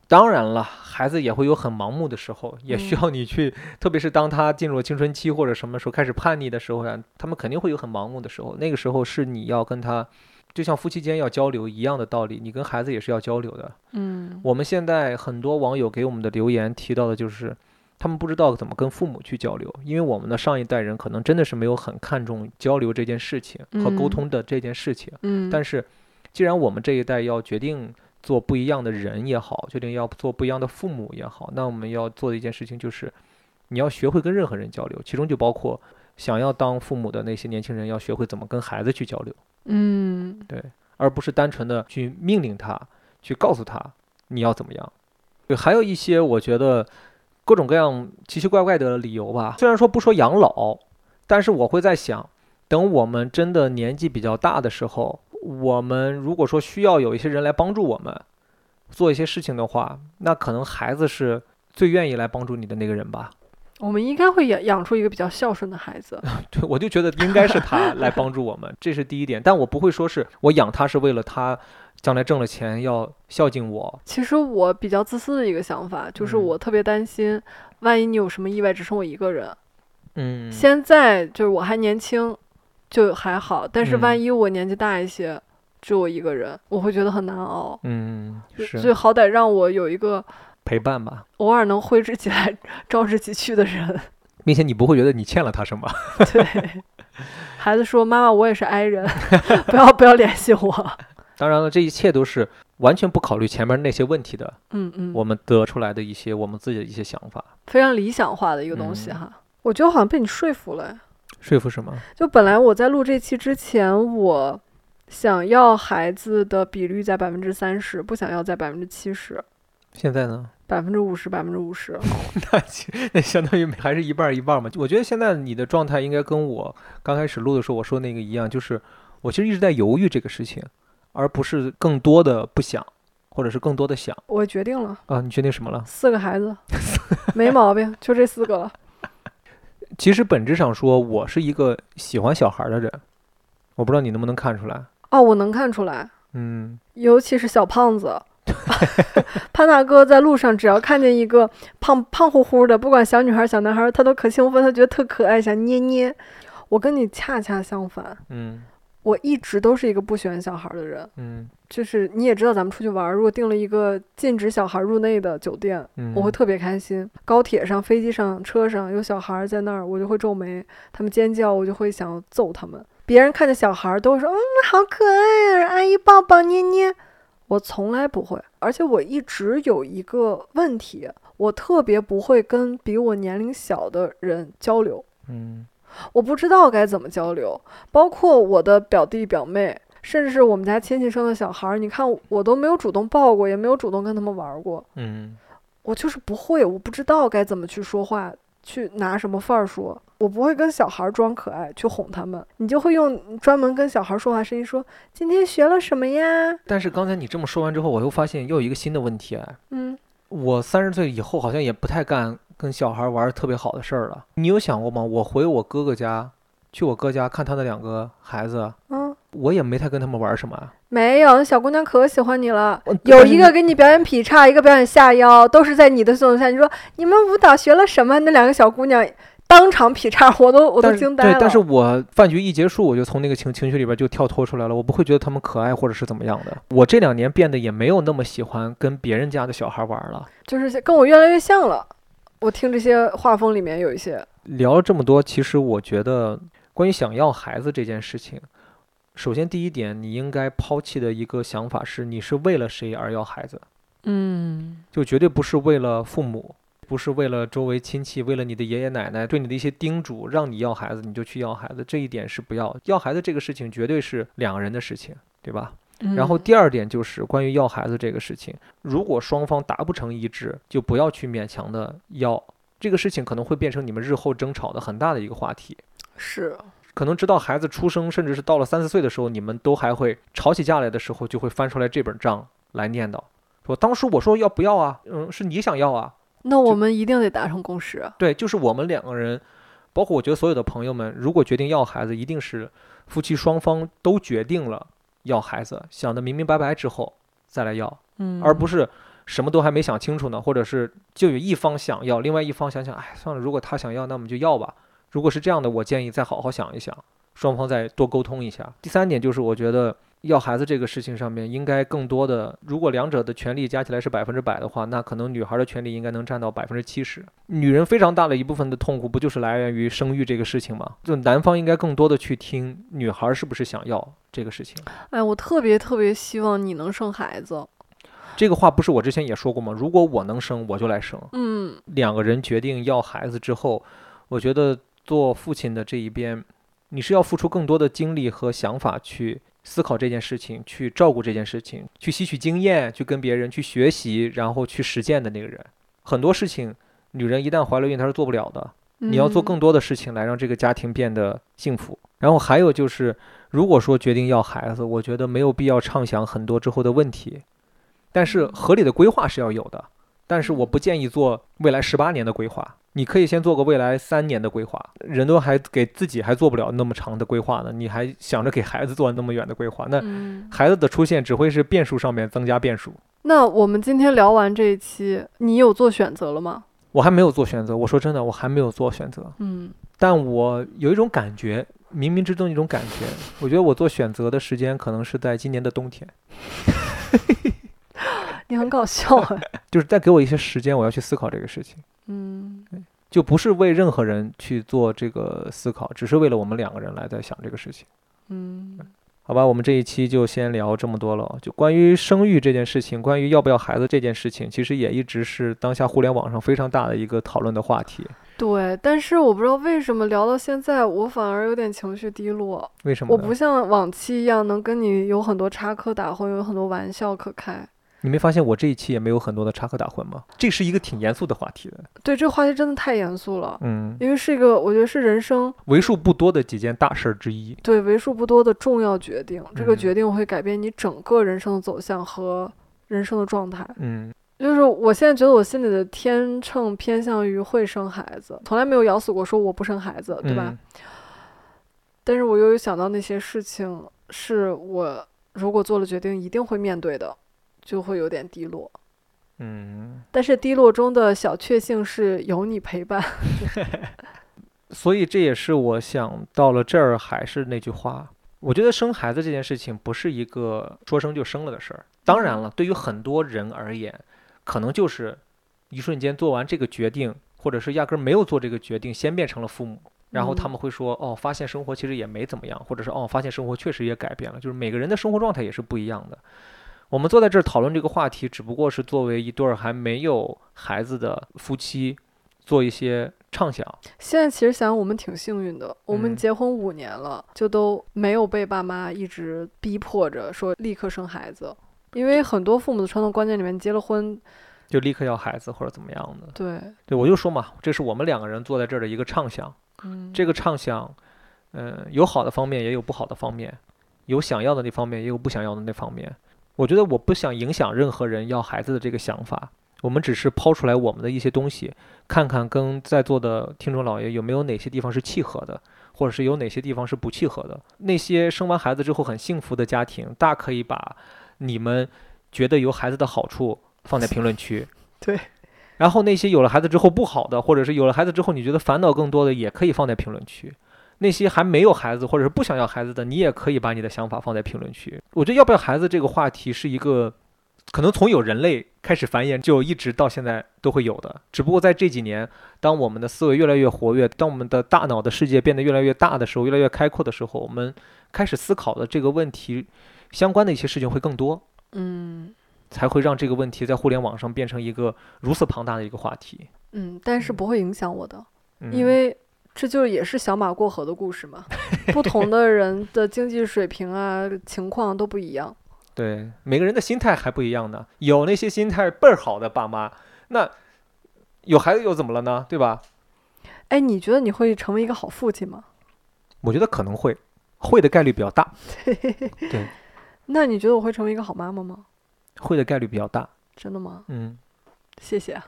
当然了，孩子也会有很盲目的时候，也需
嗯
要你去，特别是当他进入了青春期或者什么时候开始叛逆的时候呀，他们肯定会有很盲目的时候。那个时候是你要跟他，就像夫妻间要交流一样的道理，你跟孩子也是要交流的。
嗯
我们现在很多网友给我们的留言提到的就是，他们不知道怎么跟父母去交流，因为我们的上一代人可能真的是没有很看重交流这件事情和沟
嗯
通的这件事情。
嗯，
但是，既然我们这一代要决定做不一样的人也好，决定要做不一样的父母也好，那我们要做的一件事情就是，你要学会跟任何人交流，其中就包括想要当父母的那些年轻人，要学会怎么跟孩子去交流，
嗯
而不是单纯的去命令他，去告诉他你要怎么样。对，还有一些我觉得各种各样奇奇怪怪的理由吧。虽然说不说养老，但是我会在想，等我们真的年纪比较大的时候，我们如果说需要有一些人来帮助我们做一些事情的话，那可能孩子是最愿意来帮助你的那个人吧。
我们应该会养养出一个比较孝顺的 孩子。
对，我就觉得应该是他来帮助我们，这是第一点。但我不会说是我养他是为了他将来挣了钱要孝敬我。
其实我比较自私的一个想法就是，
嗯
我特别担心，万一你有什么意外，只剩我一个人。
嗯，
现在就是我还年轻，就还好，但是万
嗯
一我年纪大一些，只有我一个人，我会觉得很难熬。
嗯
所以
是
好歹让我有一个
陪伴吧。
偶尔能挥之即来、 招之即去的人。
并且你不会觉得你欠了他什么。
对，孩子说：“妈妈，我也是 i 人， 不要不要联系我。
当然了，这一切都是完全不考虑前面那些问题的，”
嗯嗯，
我们得出来的一些我们自己的一些想法。
非常理想化的一个东西
嗯
哈。我觉得我好像被你说服了。
说服什么？
就本来我在录这期之前，我想要孩子的比率在百分之三十，不想要在百分之七十、
现在呢？
百分之五十、百分之五十。
那其 那相当于还是一半儿一半儿嘛。我觉得现在你的状态应该跟我刚开始录的时候我说那个一样，就是我其实一直在犹豫这个事情，而不是更多的不想，或者是更多的想
我决定了，
啊。你决定什么了？
四个 孩子，没毛病，就这四个了。
其实本质上说，我是一个喜欢小孩儿的人，我不知道你能不能看出来。
哦，我能看出来，
嗯，
尤其是小胖子。 潘大哥在路上，只要看见一个胖胖乎乎的，不管小女孩、小男孩，他都可兴奋，他觉得特可爱，想捏捏。我跟你恰恰相反，
嗯
我一直都是一个不喜欢小孩的人。
嗯
就是你也知道，咱们出去玩儿，如果订了一个禁止小孩入内的酒店，
嗯，
我会特别开心。高铁上、飞机上、车上有小孩儿在那儿，我就会皱眉，他们尖叫，我就会想要揍他们。别人看见小孩儿都会说：“嗯，好可爱啊，阿姨抱抱捏捏。”我从来不会，而且我一直有一个问题，我特别不会跟比我年龄小的人交流。
嗯
我不知道该怎么交流，包括我的表弟表妹，甚至是我们家亲戚生的小孩儿，你看我都没有主动抱过，也没有主动跟他们玩儿过，
嗯。
我就是不会，我不知道该怎么去说话，去拿什么范儿说，我不会跟小孩儿装可爱去哄他们，你就会用专门跟小孩儿说话声音说今天学了什么呀？
但是刚才你这么说完之后，我又发现又有一个新的问题哎，
嗯，
我三十岁以后好像也不太干跟小孩玩儿特别好的事儿了。你有想过吗？我回我哥哥家，去我哥家看他的两个孩子，
嗯，
我也没太跟他们玩儿什么啊。
没有，那小姑娘可喜欢你了。
我
哦有
但是
一个给你表演劈叉，一个表演下腰，都是在你的怂恿下。你说你们舞蹈学了什么？那两个小姑娘当场劈叉，我都我都
但是
惊呆了。
对，但是我饭局一结束，我就从那个情情绪里边就跳脱出来了，我不会觉得他们可爱或者是怎么样的。我这两年变得也没有那么喜欢跟别人家的小孩玩儿了。
就是跟我越来越像了。我听这些画风里面有一些，
聊了这么多，其实我觉得关于想要孩子这件事情，首先第一点，你应该抛弃的一个想法是，你是为了谁而要孩子，
嗯
就绝对不是为了父母，不是为了周围亲戚，为了你的爷爷奶奶对你的一些叮嘱，让你要孩子你就去要孩子，这一点是不要的。要孩子这个事情绝对是两个人的事情，对吧？然后第二点就是关于要孩子这个事情，如果双方达不成一致，就不要去勉强的要。这个事情可能会变成你们日后争吵的很大的一个话题。
是
可能直到孩子出生，甚至是到了三四岁的时候，你们都还会吵起架来的时候，就会翻出来这本账来念叨，说当时我说要不要啊？嗯，是你想要啊？
那我们一定得达成共识。
对，就是我们两个人，包括我觉得所有的朋友们，如果决定要孩子，一定是夫妻双方都决定了要孩子，想的明明白白之后再来要，
嗯，
而不是什么都还没想清楚呢，或者是就有一方想要，另外一方想想，哎，算了，如果他想要，那我们就要吧。如果是这样的，我建议再好好想一想，双方再多沟通一下。第三点就是，我觉得要孩子这个事情上面，应该更多的，如果两者的权利加起来是百分之百的话，那可能女孩的权利应该能占到百分之七十。女人非常大的一部分的痛苦，不就是来源于生育这个事情吗？就男方应该更多的去听女孩是不是想要这个事情。
哎，我特别特别希望你能生孩子。
这个话不是我之前也说过吗？如果我能生，我就来生。
嗯，
两个人决定要孩子之后，我觉得做父亲的这一边，你是要付出更多的精力和想法去思考这件事情，去照顾这件事情，去吸取经验，去跟别人去学习，然后去实践的那个人。很多事情，女人一旦怀了孕，她是做不了的。你要做
嗯
更多的事情来让这个家庭变得幸福。然后还有就是，如果说决定要孩子，我觉得没有必要畅想很多之后的问题，但是合理的规划是要有的。但是我不建议做未来十八年的规划，你可以先做个未来三年的规划。人都还给自己还做不了那么长的规划呢，你还想着给孩子做那么远的规划，那
嗯，
孩子的出现只会是变数上面增加变数。
那我们今天聊完这一期，你有做选择了吗？
我还没有做选择，我说真的，我还没有做选择。
嗯，
但我有一种感觉，冥冥之中一种感觉，我觉得我做选择的时间可能是在今年的冬天，
你很搞笑哎。
就是再给我一些时间，我要去思考这个事情，
嗯，
就不是为任何人去做这个思考，只是为了我们两个人来在想这个事情。
嗯，
好吧，我们这一期就先聊这么多了。就关于生育这件事情，关于要不要孩子这件事情，其实也一直是当下互联网上非常大的一个讨论的话题。
对，但是我不知道为什么聊到现在，我反而有点情绪低落。
为什么
我
呢？
不像往期一样能跟你有很多插科打诨，有很多玩笑可开。
你没发现我这一期也没有很多的插科打诨吗？这是一个挺严肃的话题的。
对，这个话题真的太严肃了，
嗯，
因为是一个我觉得是人生
为数不多的几件大事儿之一。
对为数不多的重要决定，这个
嗯
决定会改变你整个人生的走向和人生的状态。
嗯，
就是我现在觉得我心里的天秤偏向于会生孩子，从来没有咬死过说我不生孩子，哦对吧？
嗯？
但是我又有想到那些事情是我如果做了决定一定会面对的，就会有点低落。
嗯，
但是低落中的小确幸是有你陪伴。
所以这也是我想到了这儿，还是那句话，我觉得生孩子这件事情不是一个说生就生了的事儿。当然了，对于很多人而言，可能就是一瞬间做完这个决定，或者是压根儿没有做这个决定，先变成了父母。然后他
嗯
们会说，哦，发现生活其实也没怎么样，或者是哦，发现生活确实也改变了，就是每个人的生活状态也是不一样的。我们坐在这儿讨论这个话题，只不过是作为一对儿还没有孩子的夫妻做一些畅想。
现在其实想想我们挺幸运的，我们
嗯
结婚五年了，就都没有被爸妈一直逼迫着说立刻生孩子，因为很多父母的传统观念里面，结了婚，
就立刻要孩子或者怎么样的。
对，
对，我就说嘛，这是我们两个人坐在这儿的一个畅想。
嗯，。
这个畅想，嗯、有好的方面，也有不好的方面，有想要的那方面，也有不想要的那方面。我觉得我不想影响任何人要孩子的这个想法，我们只是抛出来我们的一些东西，看看跟在座的听众老爷有没有哪些地方是契合的，或者是有哪些地方是不契合的。那些生完孩子之后很幸福的家庭，大可以把你们觉得有孩子的好处放在评论区
对。
然后那些有了孩子之后不好的，或者是有了孩子之后你觉得烦恼更多的，也可以放在评论区。那些还没有孩子或者是不想要孩子的，你也可以把你的想法放在评论区。我觉得要不要孩子这个话题是一个，可能从有人类开始繁衍就一直到现在都会有的，只不过在这几年，当我们的思维越来越活跃，当我们的大脑的世界变得越来越大的时候，越来越开阔的时候，我们开始思考的这个问题相关的一些事情会更多，
嗯
才会让这个问题在互联网上变成一个如此庞大的一个话题。
嗯，但是不会影响我的，
嗯、
因为这就也是小马过河的故事 嘛，不同的人的经济水平啊、情况都不一样。
对，每个人的心态还不一样呢。有那些心态倍儿好的爸妈，那有孩子又怎么了呢？对吧？
哎，你觉得你会成为一个好父亲吗？
我觉得可能会，会的概率比较大，
那你觉得我会成为一个好妈妈吗？
会的概率比较大。
真的吗？
嗯，
谢谢啊。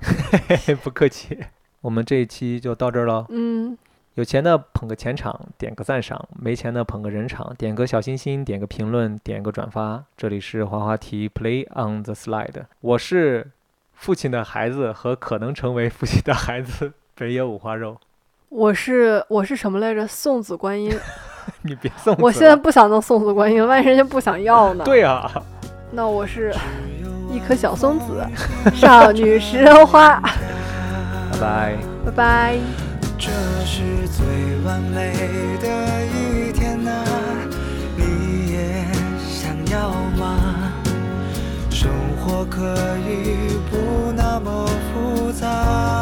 不客气。我们这一期就到这儿了。
嗯，
有钱的捧个钱场，点个赞赏；没钱的捧个人场，点个小心心，点个评论，点个转发。这里是滑滑题 Play on the Slide，我是父亲的孩子和可能成为父亲的孩子 北野五花肉。
我是我是什么来着？送子观音。
你别送
我
死
现在
了
不想弄送子观音，万一人家不想要呢？，
对啊，
那我是一颗小松子，少女食人花。
拜拜。
拜拜。
这是最完美的一天呐、你也想要吗？生活可以不那么复杂。